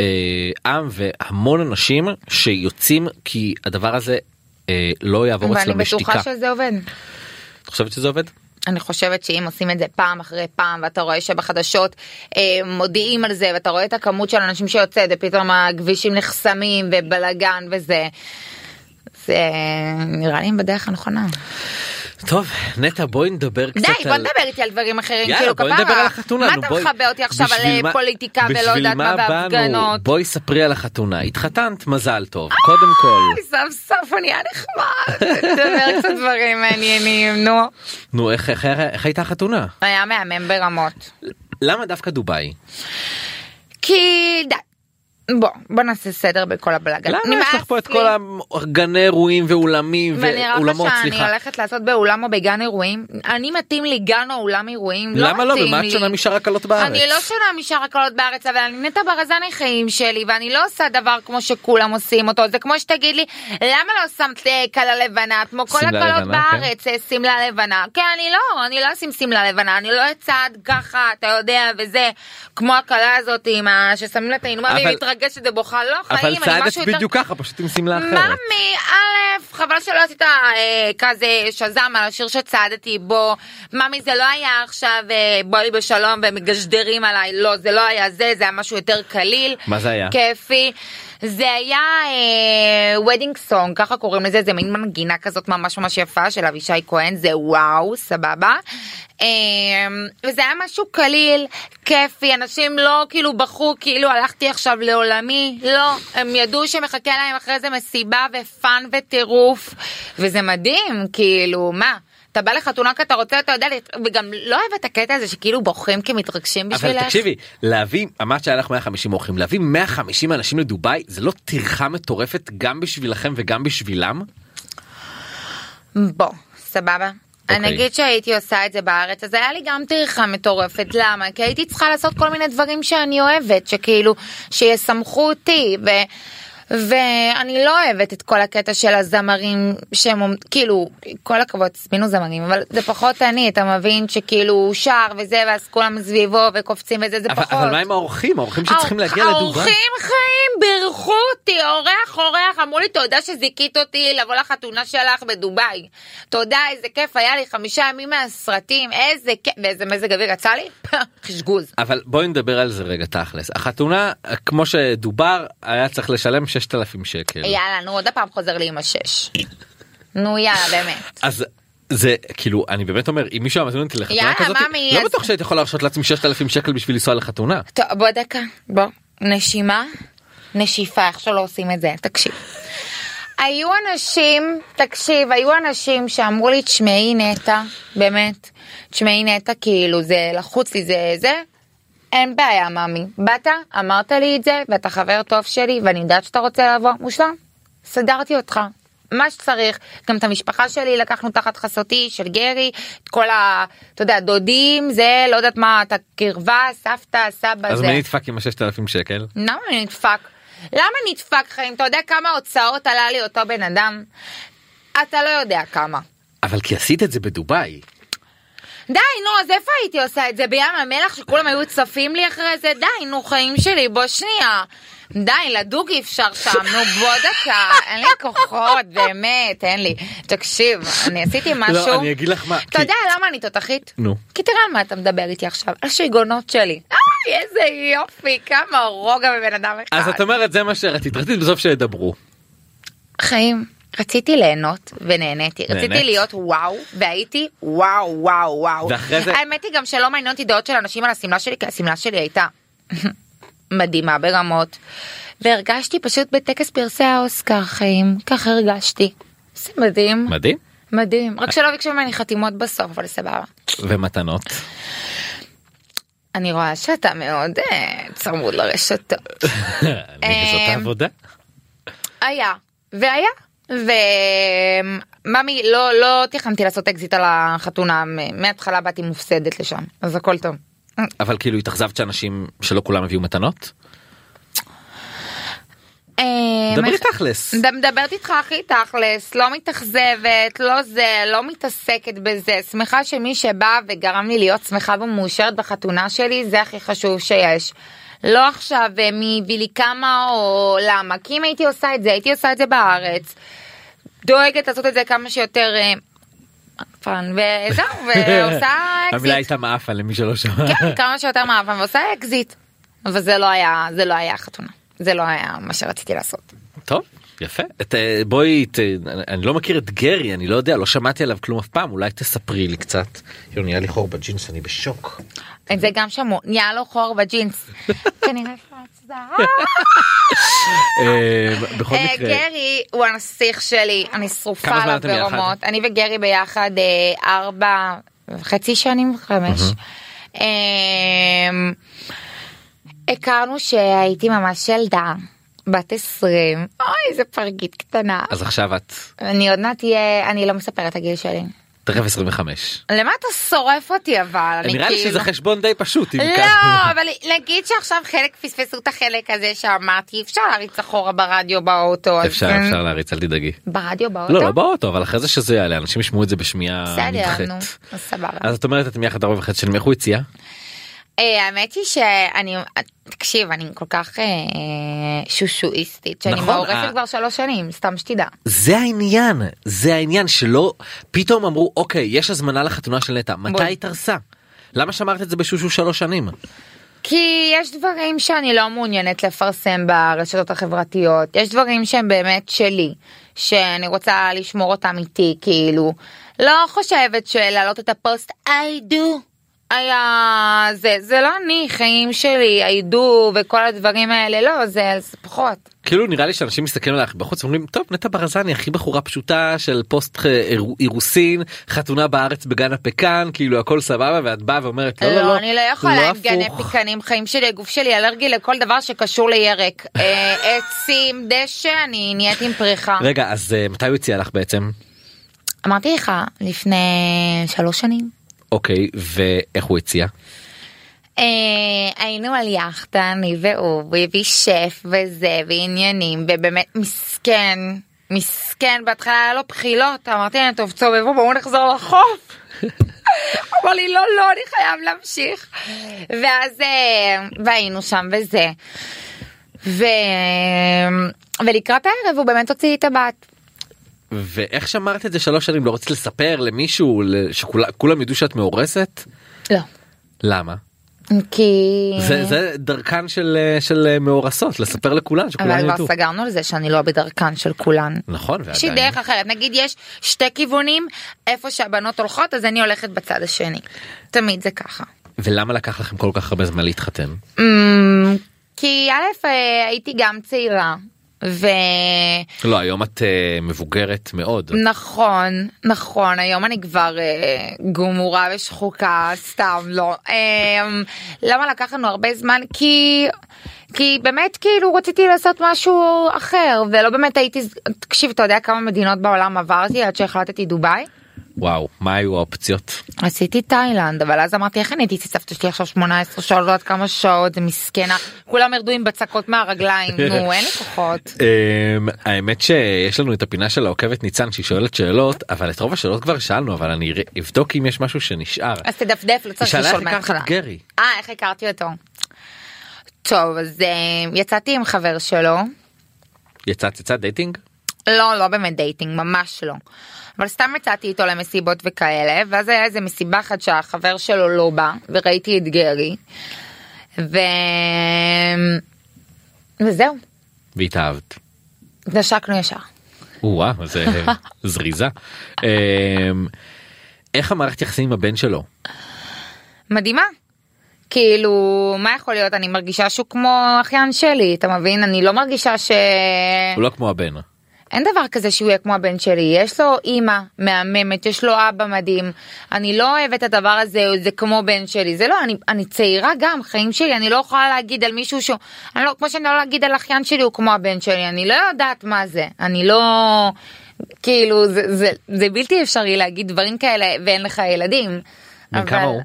B: אה, עם והמון אנשים שיוצאים כי הדבר הזה אה, לא יעבור
C: ואני
B: אצלם
C: בטוחה
B: בשתיקה.
C: שזה עובד
B: את חושבת שזה עובד?
C: אני חושבת שאם עושים את זה פעם אחרי פעם ואתה רואה שבחדשות אה, מודיעים על זה ואתה רואה את הכמות של אנשים שיוצאת ופתאום הכבישים נחסמים ובלאגן וזה. זה נראה לי בדרך הנכונה.
B: טוב, נטע, בואי נדבר
C: די,
B: קצת
C: בוא
B: על...
C: נדבר איתי על דברים אחרים,
B: יאללה,
C: כאילו
B: בואי
C: כפרה.
B: נדבר על החתונה.
C: מה
B: נו,
C: אתה
B: בואי-
C: מחבא אותי עכשיו
B: בשביל
C: על
B: מה-
C: אה, פוליטיקה ולא
B: בשביל
C: יודעת מה
B: באנו?
C: בהפגנות? אה!
B: בואי ספרי על החתונה. התחתנת, מזל טוב, קודם כל.
C: אוי, סוף סוף הוא נהיה נחמד, דבר קצת דברים מעניינים, נו.
B: נו, איך- איך איך הייתה החתונה?
C: היה מהמם ברמות.
B: למה דווקא דובאי?
C: כי די. בוא, בוא נעשה סדר בכל הבלאגן.
B: למה יש לך
C: נמאס
B: פה את
C: לי.
B: כל הגני אירועים ואולמים
C: ואני רק
B: ואולמות,
C: שאני
B: סליחה.
C: הולכת לעשות באולם או בגן אירועים, אני מתאים לי גן או אולם אירועים, לא
B: למה לא?
C: מתאים
B: ומה את
C: לי.
B: שונה משאר הקלות בארץ?
C: אני לא שונה משאר הקלות בארץ, אבל אני נטע ברזני חיים שלי, ואני לא עושה דבר כמו שכולם עושים אותו. זה כמו שתגיד לי, למה לא שמת אה, כלה לבנה, כמו כל
B: שמלה
C: הקלות
B: לבנה, כן.
C: בארץ, אה, שמלה לבנה. כן, אני לא, אני לא אשים שמלה לבנה, אני לא אצעד ככה, אתה יודע, וזה, כמו הכלה הזאת עם ה... ששמים לה את העינומה והיא
B: אבל-
C: מתרגשת ובוכה, לא
B: אבל
C: חיים, אני
B: צעדת
C: משהו יותר...
B: בדיוק ככה, פשוט עם שמלה אחרת.
C: ממי, א', חבל שלא עשית אה, כזה שזם על השיר שצעדתי בו. ממי, זה לא היה עכשיו אה, בוא לי בשלום ומגשדרים עליי. לא, זה לא היה זה, זה היה משהו יותר קליל.
B: מה זה היה?
C: כיפי. זה היה וודינג אה, סונג, ככה קוראים לזה, זה מין מנגינה כזאת ממש ממש יפה של אבישי כהן, זה וואו, סבבה. אה, וזה היה משהו קליל, כיפי, אנשים לא כאילו בכו, כאילו הלכתי עכשיו לעולמי, לא, הם ידעו שמחכה להם אחרי זה מסיבה ופאן וטירוף, וזה מדהים, כאילו, מה? אתה בא לחתונה כי אתה רוצה, אתה יודע, וגם לא אוהב את הקטע הזה שכאילו בוכים כי מתרגשים בשבילך.
B: אבל תקשיבי, להביא, אמרת שהיה לך 150 אורחים, להביא 150 אנשים לדובאי זה לא טרחה מטורפת גם בשבילכם וגם בשבילם?
C: בוא, סבבה.
B: אוקיי.
C: אני אגיד שהייתי עושה את זה בארץ, אז היה לי גם טרחה מטורפת, למה? כי הייתי צריכה לעשות כל מיני דברים שאני אוהבת, שכאילו, שיסמכו אותי, ו... ואני לא אוהבת את כל הקטע של הזמרים שהם עומד- כאילו כל הכבוד הזמינו זמרים אבל זה פחות אני אתה מבין שכאילו הוא שר וזה ואז כולם סביבו וקופצים וזה זה
B: אבל,
C: פחות.
B: אבל מה עם האורחים? האורחים שצריכים להגיע
C: האור-
B: לדובאי?
C: האורחים חיים בירכו אותי, אורח אורח, אמרו לי תודה שזיכית אותי לבוא לחתונה שלך בדובאי. תודה, איזה כיף, היה לי חמישה ימים מהסרטים, איזה כיף, ואיזה מזג אוויר יצא לי? חשגוז.
B: אבל בואי נדבר על זה רגע תכלס. החתונה, כמו שדובר, היה צריך לשלם 6,000 שקל.
C: יאללה, נו, עוד פעם חוזר לי עם השש. נו, יאללה, באמת.
B: אז זה כאילו אני באמת אומר אם מישהו היה מזמין אותי לחתונה
C: יאללה,
B: כזאת
C: מאמי,
B: לא
C: אז-
B: בטוח שהייתי יכול להרשות לעצמי 6,000 שקל בשביל לנסוע לחתונה.
C: טוב, בוא דקה, בוא. נשימה, נשיפה, איך שלא עושים את זה, תקשיב. היו אנשים, תקשיב, היו אנשים שאמרו לי, תשמעי נטע, באמת, תשמעי נטע, כאילו זה לחוץ לי, זה זה, אין בעיה, ממי. באת, אמרת לי את זה, ואתה חבר טוב שלי, ואני יודעת שאתה רוצה לבוא, מושלם. סדרתי אותך. מה שצריך, גם את המשפחה שלי לקחנו תחת חסותי של גרי, את כל ה... אתה יודע, דודים, זה, לא יודעת מה, את הקרבה, סבתא, סבא,
B: אז
C: זה.
B: מי נדפק עם ה-6,000 שקל?
C: למה אני נדפק? למה נדפק חיים? אתה יודע כמה הוצאות עלה לי אותו בן אדם? אתה לא יודע כמה.
B: אבל כי עשית את זה בדובאי.
C: די, נו, אז איפה הייתי עושה את זה? בים המלח שכולם היו צפים לי אחרי זה? די, נו, חיים שלי, בוא שנייה. די, לדוג אי אפשר שם, נו, בוא דקה, אין לי כוחות, באמת, אין לי. תקשיב, אני עשיתי משהו.
B: לא, אני אגיד לך מה,
C: אתה
B: כי-
C: יודע למה אני תותחית?
B: נו.
C: כי תראה על מה אתה מדבר איתי עכשיו, על שיגעונות שלי. אוי, איזה יופי, כמה רוגע בבן אדם אחד.
B: אז את אומרת זה מה שרצית רצית בסוף שידברו.
C: חיים, רציתי ליהנות ונהניתי.
B: נהנית?
C: רציתי להיות וואו, והייתי וואו וואו וואו.
B: ואחרי זה-
C: האמת היא גם שלא מעניין אותי דעות של אנשים על השמלה שלי, כי השמלה שלי הייתה מדהימה ברמות. והרגשתי פשוט בטקס פרסי האוסקר, חיים, ככה הרגשתי. זה מדהים,
B: מדהים.
C: מדהים. רק שלא ביקשו ממני חתימות בסוף, אבל סבבה.
B: ומתנות.
C: אני רואה שאתה מאוד אה, צמוד לרשתות.
B: אני זאת
C: אמ,
B: העבודה.
C: היה, והיה. וממי, לא, לא תכננתי לעשות אקזיט על החתונה, מ- מההתחלה באתי מופסדת לשם, אז הכל טוב.
B: אבל כאילו התאכזבת שאנשים שלא כולם הביאו מתנות?
C: אה,
B: דברי
C: מח-
B: תכלס.
C: ד- מדברת איתך הכי תכלס, לא מתאכזבת, לא זה, לא מתעסקת בזה. שמחה שמי שבא וגרם לי להיות שמחה ומאושרת בחתונה שלי, זה הכי חשוב שיש. לא עכשיו אה, מי הביא לי כמה או למה, כי אם הייתי עושה את זה, הייתי עושה את זה בארץ. דואגת לעשות את זה כמה שיותר אה, מעפן, וזהו, ועושה
B: המילה
C: אקזיט.
B: הייתה מאפן למי שלא שמע.
C: כן, כמה שיותר מעפן, ועושה אקזיט. אבל זה לא היה, זה לא היה חתונה. זה לא היה מה שרציתי לעשות.
B: טוב, יפה. את, אה, בואי, ת, אני לא מכיר את גרי, אני לא יודע, לא שמעתי עליו כלום אף פעם, אולי תספרי לי קצת. יו, נהיה לי חור בג'ינס, אני בשוק.
C: את כן, זה גם שמעו, נהיה לו חור בג'ינס. כנראה שזה
B: אה, בכל
C: אה,
B: מקרה,
C: גרי הוא הנסיך שלי, אני שרופה
B: כמה זמן
C: עליו
B: אתם ביחד?
C: ברמות. אני וגרי ביחד אה, ארבע וחצי שנים, חמש. אה, הכרנו שהייתי ממש ילדה, בת עשרים, אוי איזה פרגית קטנה.
B: אז עכשיו את
C: אני עוד מעט אהיה, אני לא מספרת את הגיל שלי.
B: תכף 25.
C: למה אתה שורף אותי אבל? אני
B: נראה לי
C: כאילו-
B: שזה חשבון די פשוט. אם ככה.
C: לא, אבל להגיד שעכשיו חלק פספסו את החלק הזה שאמרתי, אפשר להריץ אחורה ברדיו באוטו. אז- כן.
B: אפשר, אפשר להריץ, אל תדאגי.
C: ברדיו באוטו?
B: לא, לא באוטו, אבל אחרי זה שזה יעלה, אנשים ישמעו את זה בשמיעה
C: בסדר, נו,
B: נדחית.
C: אז סבבה.
B: אז את אומרת אתם יחד ארבע וחצי שנים, איך הוא הציע?
C: אה, האמת היא שאני, תקשיב, אני כל כך אה, שושואיסטית, שאני
B: נכון,
C: מאורסת
B: אה.
C: כבר שלוש שנים, סתם שתדע.
B: זה העניין, זה העניין שלא, פתאום אמרו אוקיי, יש הזמנה לחתונה של נטע, מתי
C: בואי.
B: היא תרסה? למה שמרת את זה בשושו שלוש שנים?
C: כי יש דברים שאני לא מעוניינת לפרסם ברשתות החברתיות, יש דברים שהם באמת שלי, שאני רוצה לשמור אותם איתי, כאילו, לא חושבת שלהעלות את הפוסט I do. היה זה זה לא אני חיים שלי הידו וכל הדברים האלה לא זה, זה פחות
B: כאילו נראה לי שאנשים מסתכלים עליך בחוץ ואומרים טוב נטע ברזני הכי בחורה פשוטה של פוסט אה, איר- אירוסין חתונה בארץ בגן הפקן כאילו הכל סבבה ואת באה ואומרת לא לא לא
C: אני לא יכולה עם גני
B: הפוך."
C: פיקנים חיים שלי הגוף שלי אלרגי לכל דבר שקשור לירק אה, עצים דשא אני נהיית עם פריחה
B: רגע אז אה, מתי הוא הציע לך בעצם
C: אמרתי לך לפני שלוש שנים
B: אוקיי ואיך הוא הציע
C: אה, היינו על יאכטה אני והוא והוא הביא שף וזה ועניינים ובאמת מסכן מסכן בהתחלה היה לו בחילות אמרתי להם טוב תסובבו בואו נחזור לחוף. הוא אמר לי לא לא אני חייב להמשיך ואז אה, והיינו שם וזה ו... ולקראת הערב הוא באמת הוציא לי את הבת
B: ואיך שמרת את זה שלוש שנים לא רצית לספר למישהו ל- שכולם ידעו שאת מאורסת
C: לא
B: למה
C: כי
B: זה זה דרכן של אה, של אה, מאורסות לספר לכולם
C: אבל
B: שכולם
C: כבר
B: ידעו
C: סגרנו על זה שאני לא בדרכן של כולן.
B: נכון
C: יש לי
B: ועדיין
C: דרך אחרת, נגיד יש שתי כיוונים, איפה שהבנות הולכות אז אני הולכת בצד השני. תמיד זה ככה.
B: ולמה לקח לכם כל כך הרבה זמן להתחתן
C: אמ, כי א', אה, הייתי גם צעירה,
B: לא היום את אה, מבוגרת מאוד.
C: ונכון, נכון, היום אני כבר אה, גמורה ושחוקה, סתם לא. אמ, למה לקח לנו הרבה זמן? כי... כי באמת כאילו רציתי לעשות משהו אחר ולא באמת הייתי תקשיב אתה יודע כמה מדינות בעולם עברתי עד שהחלטתי דובאי.
B: וואו מה היו האופציות
C: עשיתי תאילנד אבל אז אמרתי איך אני הייתי אצל סבתא שלי עכשיו 18 שעות לא יודעת כמה שעות זה מסכנה כולם ירדו עם בצקות מהרגליים נו אין לי כוחות.
B: אמ, האמת שיש לנו את הפינה של העוקבת ניצן שהיא שואלת שאלות אבל את רוב השאלות כבר שאלנו אבל אני אראה- אבדוק אם יש משהו שנשאר.
C: אז תדפדף לא
B: היא
C: צריך
B: שאלה
C: לשאול
B: איך לקחת
C: מההתחלה.
B: את גרי
C: אה איך הכרתי אותו. טוב אז אה, יצאתי עם חבר שלו
B: יצאת יצאת דייטינג
C: לא לא באמת דייטינג ממש לא. אבל סתם יצאתי איתו למסיבות וכאלה ואז היה איזה מסיבה אחת שהחבר שלו לא בא וראיתי את גרי. ו... וזהו
B: והתאהבת.
C: נשקנו ישר.
B: וואה זה זריזה. אמ, איך המערכת יחסים עם הבן שלו?
C: מדהימה. כאילו, מה יכול להיות? אני מרגישה שהוא כמו אחיין שלי, אתה מבין? אני לא מרגישה ש...
B: הוא
C: כן.
B: לא כמו הבן.
C: אין דבר כזה שהוא יהיה כמו הבן שלי. יש לו אימא מהממת, יש לו אבא מדהים. אני לא אוהבת את הדבר הזה, זה כמו בן שלי. זה לא, אני, אני צעירה גם, חיים שלי, אני לא יכולה להגיד על מישהו שהוא... אני לא, כמו שאני לא יכולה להגיד על אחיין שלי, הוא כמו הבן שלי. אני לא יודעת מה זה. אני לא... כאילו, זה, זה, זה בלתי אפשרי להגיד דברים כאלה ואין לך ילדים.
B: בן כמה הוא?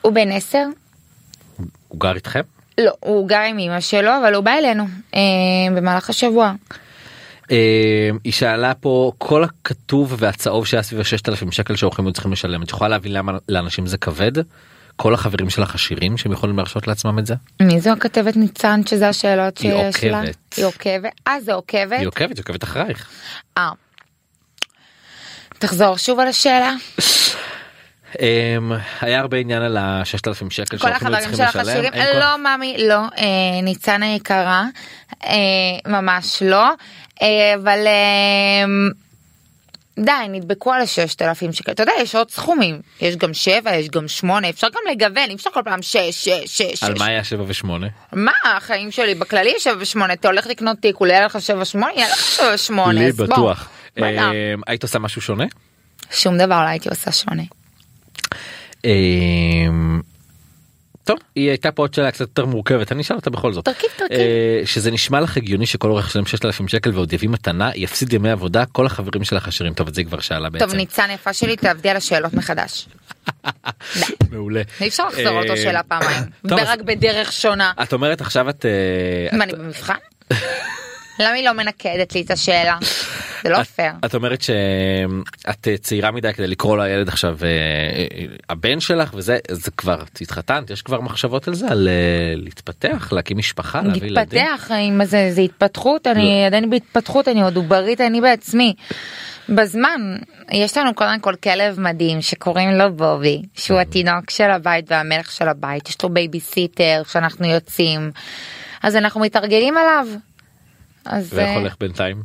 C: הוא בן עשר?
B: הוא גר איתכם?
C: לא, הוא גר עם אמא שלו, אבל הוא בא אלינו אה, במהלך השבוע.
B: אמ, היא שאלה פה כל הכתוב והצהוב שהיה סביב 6000 שקל שהאורחים היו צריכים לשלם את יכולה להבין למה לאנשים זה כבד? כל החברים שלך עשירים שהם יכולים להרשות לעצמם את זה?
C: מי זו הכתבת ניצן שזה השאלות
B: היא
C: שיש לה?
B: עוקבת.
C: היא עוקבת. אה, זה עוקבת?
B: היא עוקבת, היא עוקבת אחרייך.
C: אה. תחזור שוב על השאלה.
B: אמ, היה הרבה עניין על ה-6,000 שקל
C: כל
B: שאנחנו
C: החברים
B: צריכים
C: שלך
B: לשלם.
C: עשירים.
B: אין כל-
C: לא, ממי, לא. אה, ניצן היקרה, אה, ממש לא. אה, אבל אה, די, נדבקו על הששת אלפים שקל. אתה יודע, יש עוד סכומים. יש גם שבע, יש גם שמונה, אפשר גם לגוון, אי אפשר כל פעם שש, שש, שש,
B: על
C: שש.
B: מה היה 7 ו-8?
C: מה החיים שלי בכללי יש שבע שמונה אתה הולך לקנות תיק הוא יעלה לך שבע שמונה יעלה לך שבע שמונה
B: לי
C: אז בוא.
B: בטוח.
C: בטח.
B: אמ, היית עושה משהו שונה?
C: שום דבר לא הייתי עושה שונה.
B: אמ, טוב, היא הייתה פה עוד שאלה קצת יותר מורכבת, אני אשאל אותה בכל זאת.
C: תרכיב, תרכיב.
B: אה, שזה נשמע לך הגיוני שכל אורך שלם 6,000 שקל ועוד יביא מתנה, יפסיד ימי עבודה, כל החברים שלך עשירים. טוב, את זה היא כבר שאלה בעצם.
C: טוב ניצן יפה שלי תעבדי על השאלות מחדש.
B: מעולה.
C: אי אפשר לחזור על
B: אה,
C: אותו שאלה פעמיים.
B: טוב, אז
C: רק בדרך שונה.
B: את אומרת עכשיו את... אה,
C: מה
B: את-
C: אני במבחן? למה היא לא מנקדת לי את השאלה? זה לא
B: את-
C: פייר.
B: את אומרת שאת אה, צעירה מדי כדי לקרוא לילד עכשיו אה, אה, הבן שלך וזה זה כבר את התחתנת יש כבר מחשבות על זה על אה, להתפתח להקים משפחה להביא ילדים. לא.
C: להתפתח, מה זה, זה התפתחות, אני עדיין בהתפתחות, אני עוד עוברית, אני בעצמי. בזמן, יש לנו קודם כל כלב מדהים שקוראים לו בובי, שהוא התינוק של הבית והמלך של הבית, יש לו בייביסיטר כשאנחנו יוצאים, אז אנחנו מתרגלים עליו. אז
B: ואיך
C: אה,
B: הולך בינתיים?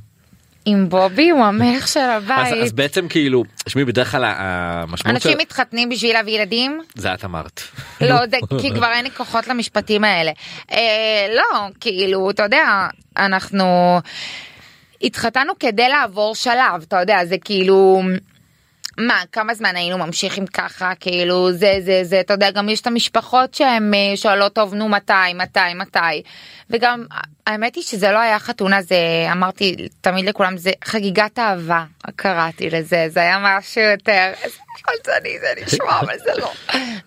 C: עם בובי הוא המלך של
B: אז,
C: הבית.
B: אז בעצם כאילו שמי בדרך כלל המשמעות של
C: אנשים מתחתנים בשביל להביא ילדים?
B: זה את אמרת.
C: לא, זה, כי כבר אין לי כוחות למשפטים האלה. אה, לא, כאילו, אתה יודע, אנחנו התחתנו כדי לעבור שלב, אתה יודע, זה כאילו... מה, כמה זמן היינו ממשיכים ככה, כאילו, זה, זה, זה, אתה יודע, גם יש את המשפחות שהן אה, שואלות, טוב, נו, מתי, מתי, מתי. וגם, האמת היא שזה לא היה חתונה, זה, אמרתי תמיד לכולם, זה חגיגת אהבה, קראתי לזה, זה היה משהו יותר, איזה חולצני זה נשמע, אבל זה לא.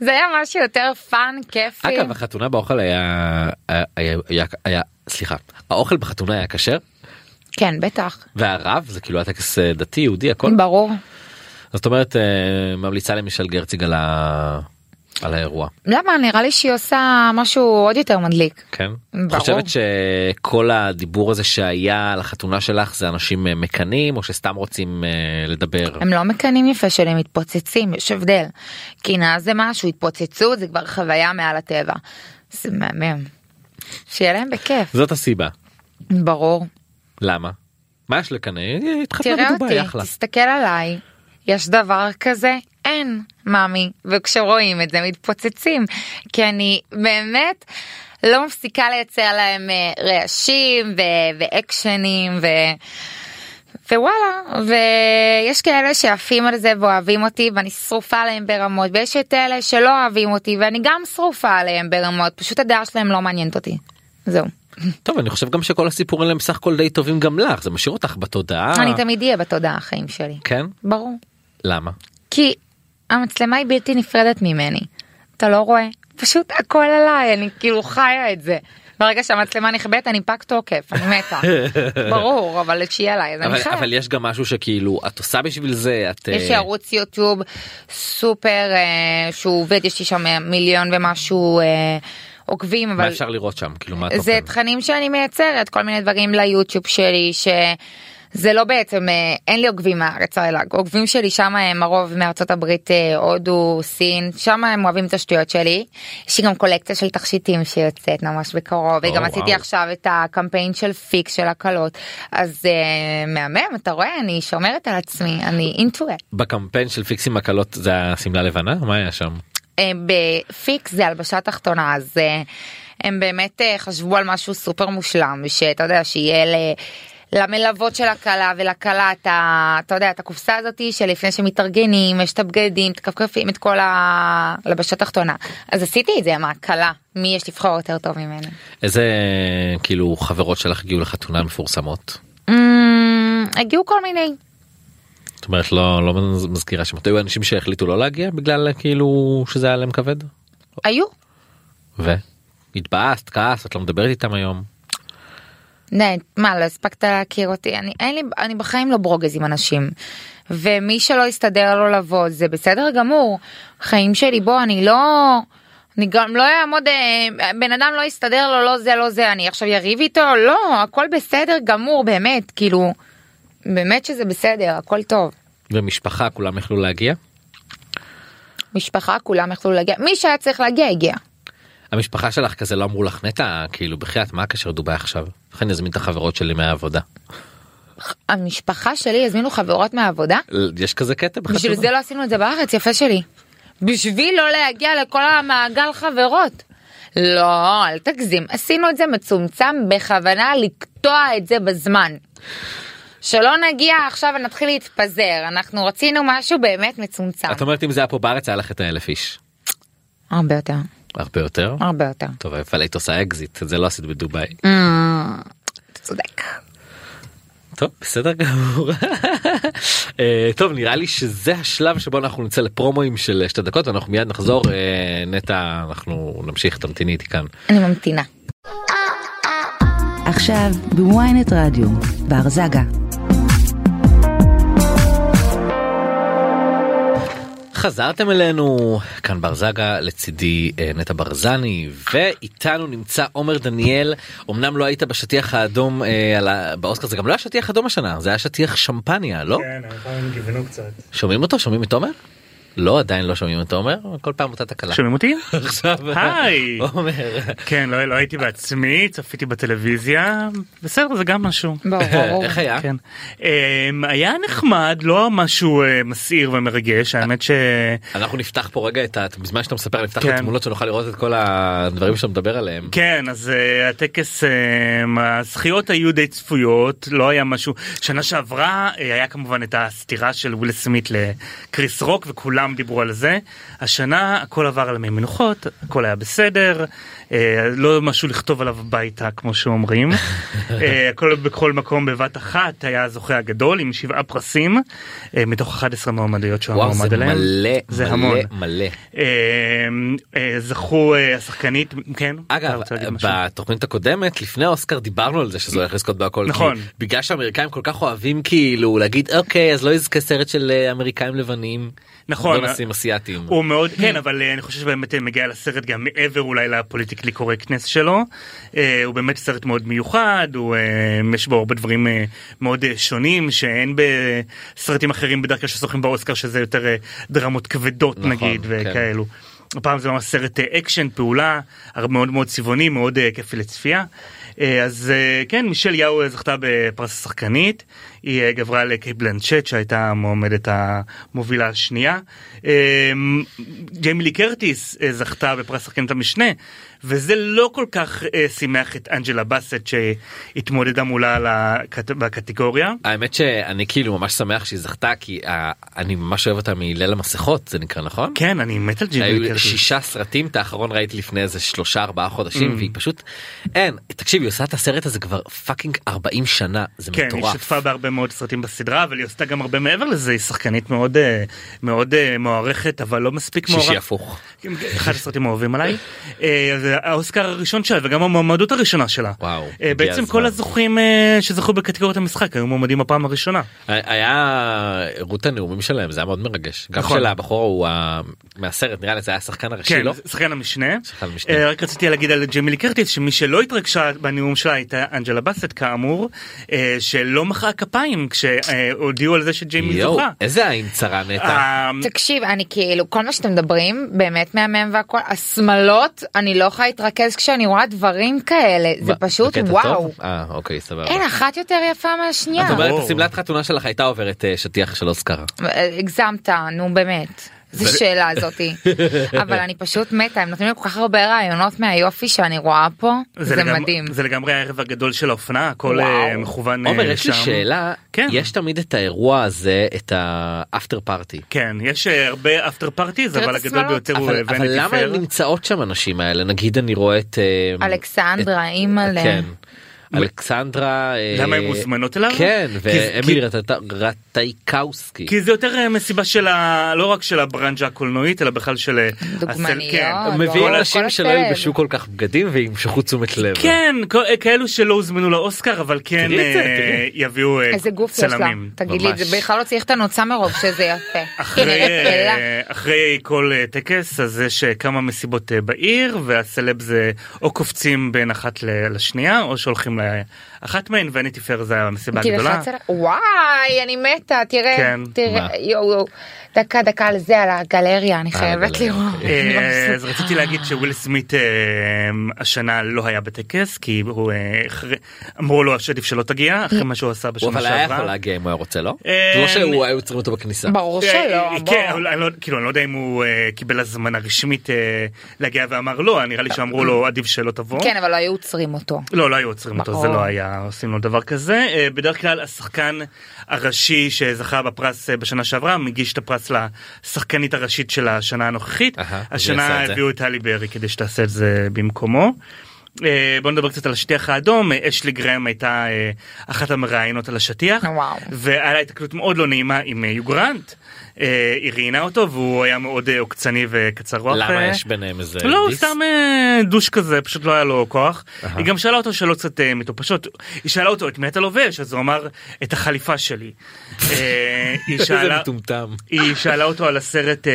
C: זה היה משהו יותר פאן, כיפי.
B: אגב החתונה באוכל היה, היה, היה, היה, היה סליחה האוכל בחתונה היה כשר
C: כן, בטח.
B: והרב זה כאילו היה טקס אה, דתי יהודי הכל
C: ברור.
B: זאת אומרת אה, ממליצה למישל גרציג על, ה... על האירוע.
C: למה? נראה לי שהיא עושה משהו עוד יותר מדליק.
B: כן.
C: ברור.
B: את חושבת שכל הדיבור הזה שהיה על החתונה שלך זה אנשים אה, מקנאים או שסתם רוצים אה, לדבר?
C: הם לא מקנאים יפה שלי, הם מתפוצצים, יש הבדל. קנאה זה משהו, התפוצצות זה כבר חוויה מעל הטבע. זה מהמם. שיהיה להם בכיף,
B: זאת הסיבה.
C: ברור.
B: למה? מה יש לקנא? אה, התחתנה
C: תראה
B: בדובאי
C: אותי,
B: אחלה.
C: תסתכל עליי, יש דבר כזה? אין, מאמי. וכשרואים את זה מתפוצצים, כי אני באמת לא מפסיקה לייצר להם אה, רעשים ו- ואקשנים ו... ווואלה, ויש כאלה שעפים על זה ואוהבים אותי ואני שרופה עליהם ברמות, ויש את אלה שלא אוהבים אותי ואני גם שרופה עליהם ברמות, פשוט הדעה שלהם לא מעניינת אותי. זהו.
B: טוב אני חושב גם שכל הסיפורים האלה הם בסך הכל די טובים גם לך זה משאיר אותך בתודעה.
C: אני תמיד אהיה בתודעה החיים שלי.
B: כן?
C: ברור.
B: למה?
C: כי המצלמה היא בלתי נפרדת ממני. אתה לא רואה? פשוט הכל עליי, אני כאילו חיה את זה. ברגע שהמצלמה נכבדת אני פג תוקף, אני מתה. ברור, אבל כשהיא עליי אז
B: אבל,
C: אני חיה.
B: אבל יש גם משהו שכאילו את עושה בשביל זה את
C: יש לי
B: אה,
C: ערוץ יוטיוב סופר אה, שהוא עובד, יש לי שם אה, מיליון ומשהו אה, עוקבים,
B: מה
C: אבל
B: אפשר לראות שם כאילו מה
C: זה
B: התוכן?
C: תכנים שאני מייצרת, כל מיני דברים ליוטיוב שלי, שזה לא בעצם, אה, אין לי עוקבים מהארץ האלה, עוקבים שלי שם הם הרוב מארצות הברית, אה, הודו, סין, שם הם אוהבים את השטויות שלי. יש לי גם קולקציה של תכשיטים שיוצאת ממש בקרוב, וגם
B: וואו.
C: עשיתי עכשיו את הקמפיין של פיק של הקלות, אז אה, מהמם, אתה רואה, אני שומרת על עצמי, אני into it.
B: בקמפיין של פיקסים הקלות זה השמלה לבנה מה היה שם?
C: אה, בפיק זה הלבשה תחתונה אז אה, הם באמת אה, חשבו על משהו סופר מושלם שאתה יודע שיהיה ל... למלוות של הכלה ולכלה את ה... אתה יודע את הקופסה הזאתי שלפני שמתארגנים יש את הבגדים את הכפכפים את כל הלבשה תחתונה אז עשיתי את זה מהכלה מי יש לבחור יותר טוב ממני.
B: איזה כאילו חברות שלך הגיעו לחתונה מפורסמות?
C: אמ, הגיעו כל מיני
B: זאת אומרת לא לא מזכירה שמות היו אנשים שהחליטו לא להגיע בגלל כאילו שזה היה להם כבד
C: היו.
B: והתבאסת כעס את לא מדברת איתם היום
C: נה, מה לא הספקת להכיר אותי אני אין לי אני בחיים לא ברוגז עם אנשים ומי שלא יסתדר לו לבוא זה בסדר גמור חיים שלי בוא אני לא אני גם לא אעמוד אה, בן אדם לא יסתדר לו לא זה לא זה אני עכשיו יריב איתו לא הכל בסדר גמור באמת כאילו באמת שזה בסדר הכל טוב
B: ומשפחה כולם יכלו להגיע.
C: משפחה, כולם יכלו להגיע, מי שהיה צריך להגיע הגיע.
B: המשפחה שלך כזה לא אמרו לך נטע כאילו בחייאת מה הקשר דובאי עכשיו? איך אני אזמין את החברות שלי מהעבודה?
C: המשפחה שלי הזמינו חברות מהעבודה,
B: יש כזה קטע בחתונה?
C: בשביל זה לא עשינו את זה בארץ, יפה שלי. בשביל לא להגיע לכל המעגל חברות. לא, אל תגזים, עשינו את זה מצומצם בכוונה לקטוע את זה בזמן. שלא נגיע עכשיו ונתחיל להתפזר, אנחנו רצינו משהו באמת מצומצם.
B: את אומרת אם זה היה פה בארץ היה לך את האלף איש.
C: הרבה יותר,
B: הרבה יותר?
C: הרבה יותר. אה,
B: טוב אבל היית עושה אקזיט את זה לא עשית בדובאי.
C: אתה צודק.
B: טוב בסדר גמור. אה, טוב נראה לי שזה השלב שבו אנחנו נצא לפרומואים של שתי דקות ואנחנו מיד נחזור אה, נטע אנחנו נמשיך תמתיני איתי כאן.
C: אני ממתינה.
D: עכשיו בוויינט רדיו, בר זגה.
B: חזרתם אלינו כאן בר זגה לצידי אה, נטע ברזני ואיתנו נמצא עומר דניאל אמנם לא היית בשטיח האדום אה, על ה- באוסקר זה גם לא היה שטיח אדום השנה זה היה שטיח שמפניה לא
E: כן, הפעם גיוונו קצת.
B: שומעים אותו שומעים את עומר? לא עדיין לא שומעים את עומר כל פעם אותה תקלה.
E: שומעים אותי?
B: עכשיו
E: היי.
B: עומר
E: כן, לא, לא הייתי בעצמי, צפיתי בטלוויזיה, בסדר, זה גם משהו.
C: ברור, ברור.
B: איך היה?
E: כן. אמ, היה נחמד, לא משהו אה, מסעיר ומרגש, האמת ש...
B: אנחנו נפתח פה רגע את ה... בזמן שאתה מספר נפתח
E: כן.
B: את התמונות שנוכל לראות את כל הדברים שאתה מדבר עליהם.
E: כן, אז אה, הטקס, אמ, הזכיות היו די צפויות, לא היה משהו. שנה שעברה אה, היה כמובן את הסתירה של וויל סמית לקריס רוק, וכולם דיברו על זה. השנה הכל עבר על מי מנוחות, הכל היה בסדר, אה, לא משהו לכתוב עליו הביתה, כמו שאומרים. אה, הכל בכל מקום בבת אחת היה הזוכה הגדול עם שבעה פרסים, אה, מתוך 11 מועמדויות שהוא היה
B: וואו זה
E: מועמד עליהם. זה
B: מלא
E: המון.
B: מלא מלא.
E: אה, אה, זכו אה, השחקנית, כן? אתה
B: אגב
E: רוצה להגיד משהו?
B: בתוכנית הקודמת לפני האוסקר דיברנו על זה שזה הולך לזכות בהכל
E: נכון.
B: כי בגלל שהאמריקאים כל כך אוהבים כאילו להגיד אוקיי אז לא יזכה סרט של אה, אמריקאים לבנים.
E: נכון.
B: בוא נשים אסיאתים.
E: הוא מאוד כן אבל אה, אני חושב שבאמת אה, מגיע לסרט גם מעבר אולי לפוליטיקלי קורקטנס שלו. אה, הוא באמת סרט מאוד מיוחד הוא אה, יש בו הרבה דברים אה, מאוד אה, שונים שאין בסרטים אחרים בדרך כלל שזוכים באוסקר שזה יותר אה, דרמות כבדות
B: נכון,
E: נגיד
B: כן.
E: וכאלו. כאילו, הפעם זה ממש סרט אה, אקשן פעולה הרבה מאוד מאוד צבעוני מאוד אה, כיפי לצפייה. אה, אז אה, כן מישל יאו אה, זכתה בפרס השחקנית היא אה, גברה לקיי בלנצ'ט שהייתה המועמדת המובילה השנייה. אה, ג'יימילי קרטיס אה, זכתה בפרס שחקנית המשנה וזה לא כל כך אה, שימח את אנג'לה באסט שהתמודדה מולה על הקט- בקטגוריה.
B: האמת שאני כאילו ממש שמח שהיא זכתה כי אה, אני ממש אוהב אותה מליל המסכות זה נקרא נכון?
E: כן אני מת על ג'יימילי
B: היו
E: קרטיס.
B: שישה סרטים את האחרון ראיתי לפני איזה שלושה ארבעה
E: Mm.
B: חודשים והיא פשוט אין תקשיב היא עושה את הסרט הזה כבר פאקינג 40 שנה זה
E: כן, היא
B: מטורף.
E: השתתפה בהרבה מאוד סרטים בסדרה, אבל היא עשתה גם הרבה מעבר לזה, היא שחקנית מאוד אה, מאוד אה, מוערכת, אבל לא מספיק
B: שישי
E: מוערכת. כן,
B: הפוך.
E: אחד הסרטים האהובים עליי. אה, זה האוסקר הראשון שלה וגם המועמדות הראשונה שלה.
B: וואו,
E: אה,
B: הגיע
E: בעצם
B: הזמן.
E: כל הזוכים אה, שזכו בקטגוריית המשחק היו מועמדים הפעם הראשונה.
B: היה רות הנאומים שלהם זה היה מאוד מרגש גם
E: נכון.
B: של הבחור הוא ה- מהסרט נראה לי זה היה השחקן הראשי
E: כן,
B: לא?
E: שחקן המשנה.
B: שחקן המשנה.
E: אה, רק רציתי להגיד על ג'מילי קרטיס שמי שלא התרגשה בנאום שלה הייתה אנג'לה באסט כאמור, אה, שלא מחאה כפיים כשהודיעו על זה שג'יימי
B: יואו
E: זוכה.
B: איזה עין צרה נטע.
E: אה,
C: תקשיב, אני כאילו, כל מה שאתם מדברים, באמת מהמם והכל, השמלות, אני לא יכולה להתרכז כשאני רואה דברים כאלה, זה
B: ב-
C: פשוט
B: בקטע
C: וואו.
B: טוב? אה אוקיי סבבה.
C: אין, אחת יותר יפה מהשנייה.
B: את אומרת
E: ברור.
B: השמלת חתונה שלך הייתה עוברת אה, שטיח של אוסקר.
C: אה, הגזמת, נו באמת. זו שאלה הזאתי. אבל אני פשוט מתה, הם נותנים לי כל כך הרבה רעיונות מהיופי שאני רואה פה, זה
E: לגמ-
C: מדהים.
E: זה לגמרי הערב הגדול של האופנה, הכל
C: וואו.
E: אה, מכוון אה,
B: עומר יש לי
E: שם.
B: שאלה
E: כן.
B: יש תמיד את האירוע הזה את האפטר פארטי.
E: כן, יש אה, הרבה אפטר פארטיז,
C: תראה
E: אבל
C: את
E: הגדול
C: השמלות.
E: ביותר הוא אה,
B: אבל, אבל
E: ונטי
B: למה
E: פר.
B: הן נמצאות שם הנשים האלה נגיד אני רואה את אה,
C: אלכסנדרה, אימא'לה.
B: כן. אלכסנדרה אה,
E: למה הן מוזמנות אליו?
B: כן
E: כי-
B: ואמילי
E: כי-
B: רטט- רטייקאוסקי
E: כי זה יותר אה, מסיבה של ה... לא רק של הברנג'ה הקולנועית, אלא בכלל של... אה, הסל-
C: דוגמניות.
E: כן.
C: אה,
B: מביאים
C: ברור,
B: אנשים
C: כל
B: שלא
C: הסלב.
B: ילבשו כל כך בגדים וימשכו תשומת לב
E: כן, כל- אה, כאלו שלא הוזמנו לאוסקר, אבל כן
B: תראי את זה,
E: אה,
B: תראי.
E: יביאו אה,
C: איזה גוף יש לה,
E: צלמים.
C: תגיד לי,
B: ממש.
C: זה בכלל לא צריך את הנוצה מרוב שזה יפה. היא
E: אחרי,
C: נראית פלא.
E: אה, אחרי כל אה, טקס אז יש אה, כמה מסיבות אה, בעיר והסלב זה או קופצים בין אחת ל- לשנייה או שהולכים אה, אחת מהן ואניטי פר זה המסיבה
C: כי
E: הגדולה.
C: לחץ על- וואי, אני מתה, תראה,
E: כן.
C: תראה,
B: מה?
C: יואו, יואו. דקה, דקה על זה, על הגלריה, אני חייבת
B: הגלריה,
C: לראות.
E: אה,
C: אני
E: אז
C: מבסוטה.
E: רציתי להגיד שוויל סמית אה, השנה לא היה בטקס כי הוא אה, אחרי- אמרו לו השטיף שלא תגיע אחרי מה שהוא עשה
B: הוא
E: בשנה שעברה.
B: אבל היה יכול להגיע אם הוא היה רוצה לא?
E: אה,
B: זה לא שהוא היו עוצרים אותו בכניסה.
C: ברור שלא,
E: אה,
C: בוא.
E: כן, אבל אני לא, כאילו, אני לא יודע אם הוא אה, קיבל הזמנה רשמית אה, להגיע ואמר לא, נראה לי
B: אה,
E: שאמרו לו עדיף שלא תבוא.
C: כן, אבל לא היו עוצרים אותו.
E: לא, לא היו עוצרים אותו, זה
C: ברור.
E: לא היה עושים לו דבר כזה. אה, בדרך כלל השחקן הראשי שזכה בפרס אה, בשנה שעברה מגיש את הפרס לשחקנית הראשית של השנה הנוכחית.
B: אהה, אז היא
E: השנה
B: עשה את זה.
E: הביאו את טלי ברי כדי שתעשה את זה במקומו. אה, בוא נדבר קצת על השטיח האדום, אה, אשלי גרם הייתה אה, אחת המראיינות על השטיח,
C: וואו.
E: והיה לה התקלות מאוד לא נעימה עם אה, יוגרנט, אה, היא ראיינה אותו והוא היה מאוד אה, עוקצני וקצר רוח.
B: למה
E: אה,
B: יש ביניהם איזה
E: לא, הוא
B: דיס?
E: סתם אה, דוש כזה, פשוט לא היה לו כוח. היא גם שאלה אותו שאלות קצת אה, מטופשות. היא שאלה אותו, את מי אתה לובש? אז הוא אמר, את החליפה שלי. אה, היא
B: איזה
E: שאלה...
B: מטומטם.
E: היא שאלה אותו על הסרט אה,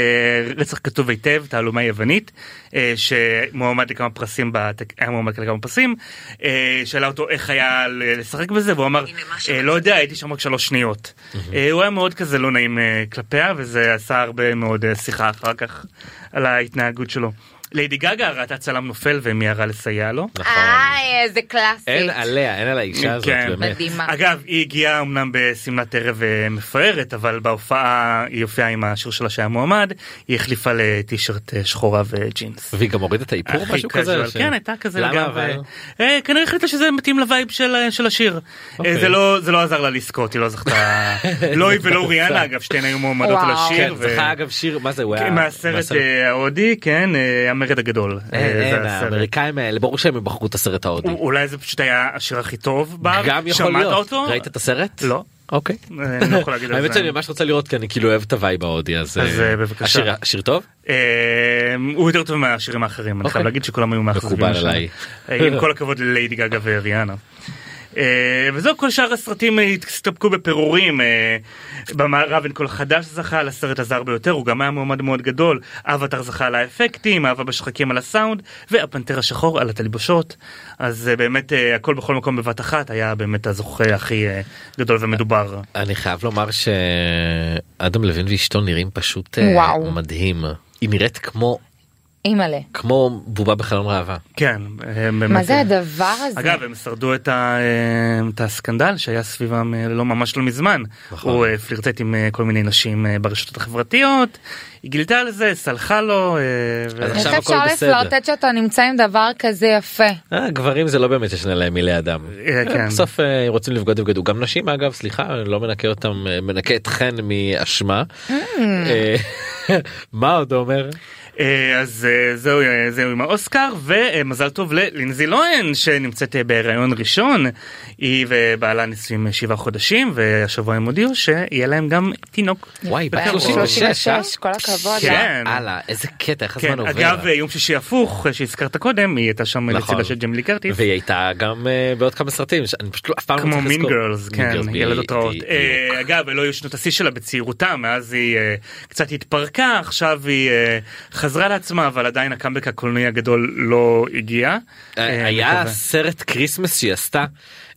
E: רצח כתוב היטב, תעלומה יוונית, אה, שמועמד לכמה פרסים, בתק- היה מועמד לכמה פרסים, אה, שאלה אותו איך היה ל- לשחק בזה, והוא אמר, אה, לא יודע, הייתי שם רק שלוש שניות. אה, הוא היה מאוד כזה לא נעים אה, כלפיה, וזה עשה הרבה מאוד אה, שיחה אחר כך על ההתנהגות שלו. ליידי גגה ראתה צלם נופל ומיהרה לסייע לו.
B: נכון.
C: איי, איזה
B: אין
C: קלאסית.
B: עליה, אין על האישה הזאת
E: אה, כן.
B: באמת.
C: מדהימה.
E: אגב, היא הגיעה אמנם בשמלת ערב אה, מפוארת, אבל בהופעה היא הופיעה עם השיר שלה שהיה מועמד, היא החליפה לטישרט אה, שחורה וג'ינס.
B: והיא גם הורידה את האיפור
E: הכי
B: משהו כזה?
E: casual.
B: או ש-
E: כן, הייתה כזה
B: למה
E: לגמרי.
B: אבל?
E: אה, כנראה החליטה שזה מתאים לווייב של אה, של השיר.
B: אוקיי.
E: אה, זה לא- זה לא עזר לה לזכות, היא לא זכתה, לא היא ולא ריאנה אגב, שתיהן היו מועמדות
C: וואו.
E: לשיר.
B: כן,
E: ו- כן,
B: זכה אגב שיר, מה זה, הוא היה...
E: מהסרט
B: מהסרט-
E: אה, ההודי, כן, אה, המרד הגדול. אה,
B: אין,
E: זה
B: אין,
E: הסרט.
B: האמריקאים האלה, ברור שהם בחרו את הסרט ההודי.
E: אולי זה פשוט היה השיר הכי טוב בארץ,
B: גם יכול
E: שמעת
B: להיות.
E: אותו?
B: ראית את הסרט?
E: לא.
B: אוקיי.
E: אה, אני לא יכול להגיד על זה.
B: האמת שאני ממש רוצה לראות כי אני כאילו אוהב את הווייב ההודי אז
E: אז,
B: אה,
E: אה, בבקשה.
B: השיר- השיר טוב?
E: אה, הוא יותר טוב מהשירים האחרים, אני
B: אוקיי.
E: חייב להגיד שכולם היו מאכזבים.
B: מקובל
E: השנה.
B: עליי.
E: אה, עם כל הכבוד לליידי גגה וריאנה. אה, וזהו, כל שאר הסרטים אה, הסתפקו בפירורים. אה, במערב אין כל חדש זכה על הסרט הזר ביותר, הוא גם היה מועמד מאוד גדול. אבטר זכה על האפקטים, אהבה בשחקים על הסאונד, והפנתר השחור על התלבושות. אז אה, באמת אה, הכל בכל מקום בבת אחת היה באמת הזוכה הכי אה, גדול ומדובר.
B: אני חייב לומר שאדם לוין ואשתו נראים פשוט אה,
C: וואו.
B: מדהים. היא נראית כמו
C: אימא'לה.
B: כמו בובה בחלום ראווה.
E: כן. אה,
C: מה
E: באמת,
C: זה
E: אה,
C: הדבר הזה?
E: אגב הם שרדו את, ה, אה, את הסקנדל שהיה סביבם אה, לא ממש לא מזמן.
B: נכון.
E: הוא אה, פלירטט עם אה, כל מיני נשים אה, ברשתות החברתיות, היא גילתה על זה, סלחה לו. אה, ו-
B: אז
C: איך
B: עכשיו
C: אפשר
B: הכל בסדר.
C: לפלרטט שאתה נמצא עם דבר כזה יפה?
B: אה, גברים זה לא באמת ישנה להם מילי אדם.
E: אה, כן.
B: בסוף אה, רוצים לבגוד יבגדו גם נשים אגב סליחה אני לא מנקה אותם אה, מנקה אתכן מאשמה. אה, מה עוד אומר?
E: אה, אז אה, זהו, אה, זהו עם האוסקר, ומזל טוב ללינזי לוהן שנמצאת אה, בהיריון ראשון. היא ובעלה נשואים אה, שבעה חודשים, והשבוע הם הודיעו שיהיה להם גם תינוק.
B: וואי בת
E: בקרוב.
B: 36 אה?
C: 36, כל הכבוד.
E: כן.
C: לה.
B: הלאה איזה קטע איך
E: כן,
B: הזמן עובר.
E: אגב, אה, יום שישי הפוך, אה, שהזכרת קודם, היא הייתה שם
B: נכון.
E: לצידה של ג'מילי קרטיס.
B: והיא הייתה גם אה, בעוד כמה סרטים שאני פשוט לא- אף פעם לא
E: כמו
B: מצליח
E: מין
B: לזכור.
E: גרלס,
B: Mean
E: כן,
B: Girls, ב-
E: ילדות רעות.
B: בדיוק.
E: אה, אגב, לא היו שנות השיא שלה בצעירותה, מאז היא אה, קצת התפרקה, עכשיו היא אה, חזרה לעצמה, אבל עדיין הקאמבק הקולנועי הגדול לא הגיע. אה,
B: היה
E: מקווה.
B: סרט כריסמס שהיא עשתה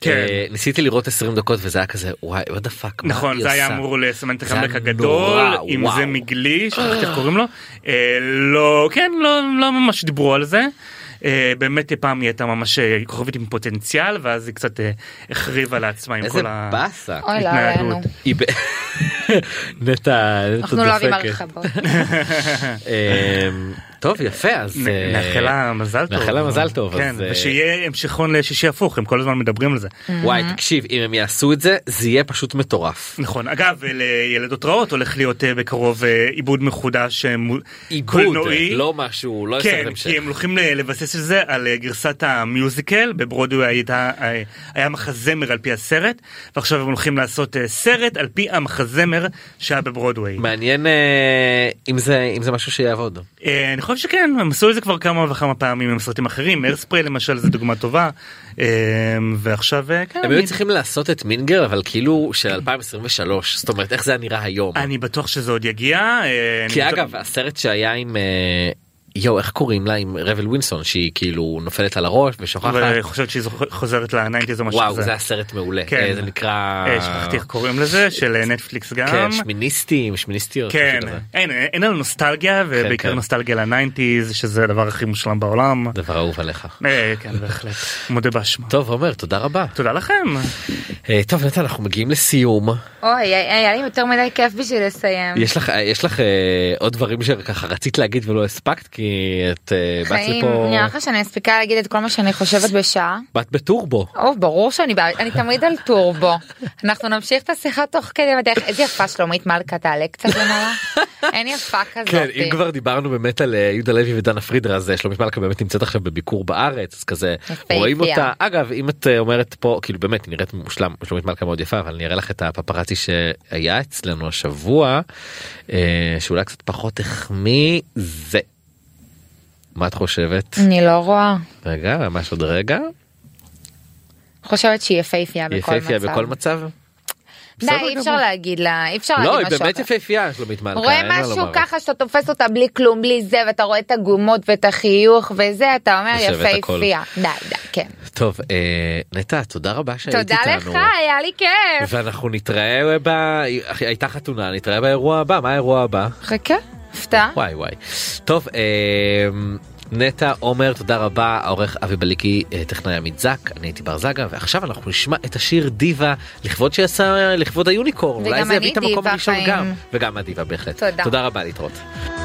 E: כן.
B: אה, ניסיתי לראות 20 דקות וזה היה כזה וואי what the fuck מה
E: נכון,
B: היא
E: זה היה
B: עושה?"
E: אמור לסמן את
B: זה היה
E: הקאמבק הגדול,
B: נורא,
E: עם
B: וואו.
E: זה מגלי, שכחתי איך קוראים לו. אה, לא, כן, לא לא ממש דיברו על זה. אה, באמת פעם היא הייתה ממש אה, כוכבית עם פוטנציאל, ואז היא קצת אה, החריבה לעצמה עם
B: איזה
E: כל ה...
B: באסה.
C: אוי, לא עלינו.
E: התנהגות.
B: היא ב- נטע נטע
C: אנחנו לא אוהבים
B: דופקת.
C: הרחבות.
B: אמ, טוב יפה אז אה,
E: נ- נאחל לה מזל טוב.
B: נאחל לה מזל טוב,
E: כן,
B: אז, אה,
E: ושיהיה המשכון לשישי הפוך, הם כל הזמן מדברים על זה.
B: וואי תקשיב אם הם יעשו את זה זה יהיה פשוט מטורף.
E: נכון, אגב, לילדות רעות הולך להיות אה, בקרוב אה, עיבוד מחודש אה, מול-
B: עיבוד
E: קולנועי.
B: לא משהו לא סרט
E: כן,
B: המשך.
E: כי הם הולכים ל- לבסס את זה על אה, גרסת המיוזיקל, בברודווי הייתה, אה, היה מחזמר על פי הסרט, ועכשיו הם הולכים לעשות אה, סרט על פי המחזמר שהיה בברודווי.
B: מעניין אה, אם זה אם זה משהו שיעבוד.
E: אה, אני חושב שכן, הם עשו את זה כבר כמה וכמה פעמים עם סרטים אחרים, איירספרי למשל זה דוגמה טובה, אה, ועכשיו, אה, כן,
B: הם היו
E: אני-
B: צריכים לעשות את מינגר אבל כאילו של 2023 זאת אומרת איך זה היה נראה היום.
E: אני בטוח שזה עוד יגיע. אה,
B: כי
E: אני
B: אגב הסרט שהיה עם אה, יואו איך קוראים לה עם רבל ווינסון שהיא כאילו נופלת על הראש ושוכחת.
E: וחושבת שהיא זוכ- חוזרת לניינטיז או משהו
B: וואו
E: כזה.
B: זה הסרט מעולה
E: כן.
B: אה, זה נקרא
E: אה, שכחתי איך קוראים לזה של אה, נטפליקס גם.
B: כן, שמיניסטים שמיניסטיות.
E: כן,
B: משהו כזה.
E: אין, אין לנו נוסטלגיה ובעיקר
B: כן.
E: נוסטלגיה לניינטיז שזה הדבר הכי מושלם בעולם.
B: דבר אהוב עליך.
E: אה, כן בהחלט, מודה באשמה.
B: טוב עומר תודה רבה.
E: תודה לכם.
B: אה, טוב נתן אנחנו מגיעים לסיום
C: אוי, היה היה לי יותר מדי כיף בשביל לסיים.
B: יש לך יש לך אה, עוד דברים שככה רצית להגיד ולא הספקת כי את אה, באת
C: חיים,
B: לפה
C: נראה לך שאני אספיקה להגיד את כל מה שאני חושבת בשעה?
B: באת בטורבו.
C: או, ברור שאני בעד, אני תמיד על טורבו. אנחנו נמשיך את השיחה תוך כדי בדרך. איזה יפה שלומית מלכה תעלה קצת למעלה. אין יפה כזאת.
B: כן אם כבר דיברנו באמת על אה, יהודה לוי ודנה פרידרה אז אה, שלומית מלכה באמת נמצאת עכשיו בביקור בארץ אז כזה
C: יפה,
B: רואים
C: הגיעה.
B: אותה אגב אם את אה, אומרת פה כאילו באמת היא נראית מושלם שלומית מלכה מאוד יפה אבל אני אראה לך את הפפרצי שהיה אצלנו השבוע אה, שאולי קצת פחות החמיא זה. מה את חושבת?
C: אני לא רואה.
B: רגע ממש עוד רגע.
C: חושבת שהיא יפהפייה
B: היא
C: בכל מצב. לא,
B: יפהפייה בכל מצב.
C: די,
B: בסדר
C: אי אפשר
B: גמור.
C: להגיד לה, אי אפשר
B: לא
C: להגיד
B: היא
C: משהו
B: באמת
C: אחר.
B: יפהפייה שלומית מלכה.
C: רואה
B: אין מה
C: משהו
B: לומר.
C: ככה שאתה תופס אותה בלי כלום, בלי זה, ואתה רואה את הגומות ואת החיוך וזה, אתה אומר
B: יושב את הכל.
C: יפהפייה. די, די, כן.
B: טוב אה, נטע תודה רבה שהיית
C: תודה
B: איתנו.
C: לך, אה. היה לי כיף.
B: ואנחנו נתראה ב... הייתה חתונה, נתראה באירוע הבא, מה האירוע הבא?
C: חכה, הפתעה.
B: וואי וואי. טוב, אמ, נטע, עומר, תודה רבה, העורך אבי בליקי, אה, טכנאי עמית זק, אני הייתי בר זגה, ועכשיו אנחנו נשמע את השיר דיווה, לכבוד שעשה, לכבוד היוניקורן,
C: וגם
B: אולי זה
C: אני
B: יביא את המקום
C: דיווה,
B: הראשון
C: חיים.
B: גם, וגם את דיווה בהחלט.
C: תודה.
B: תודה רבה, להתראות.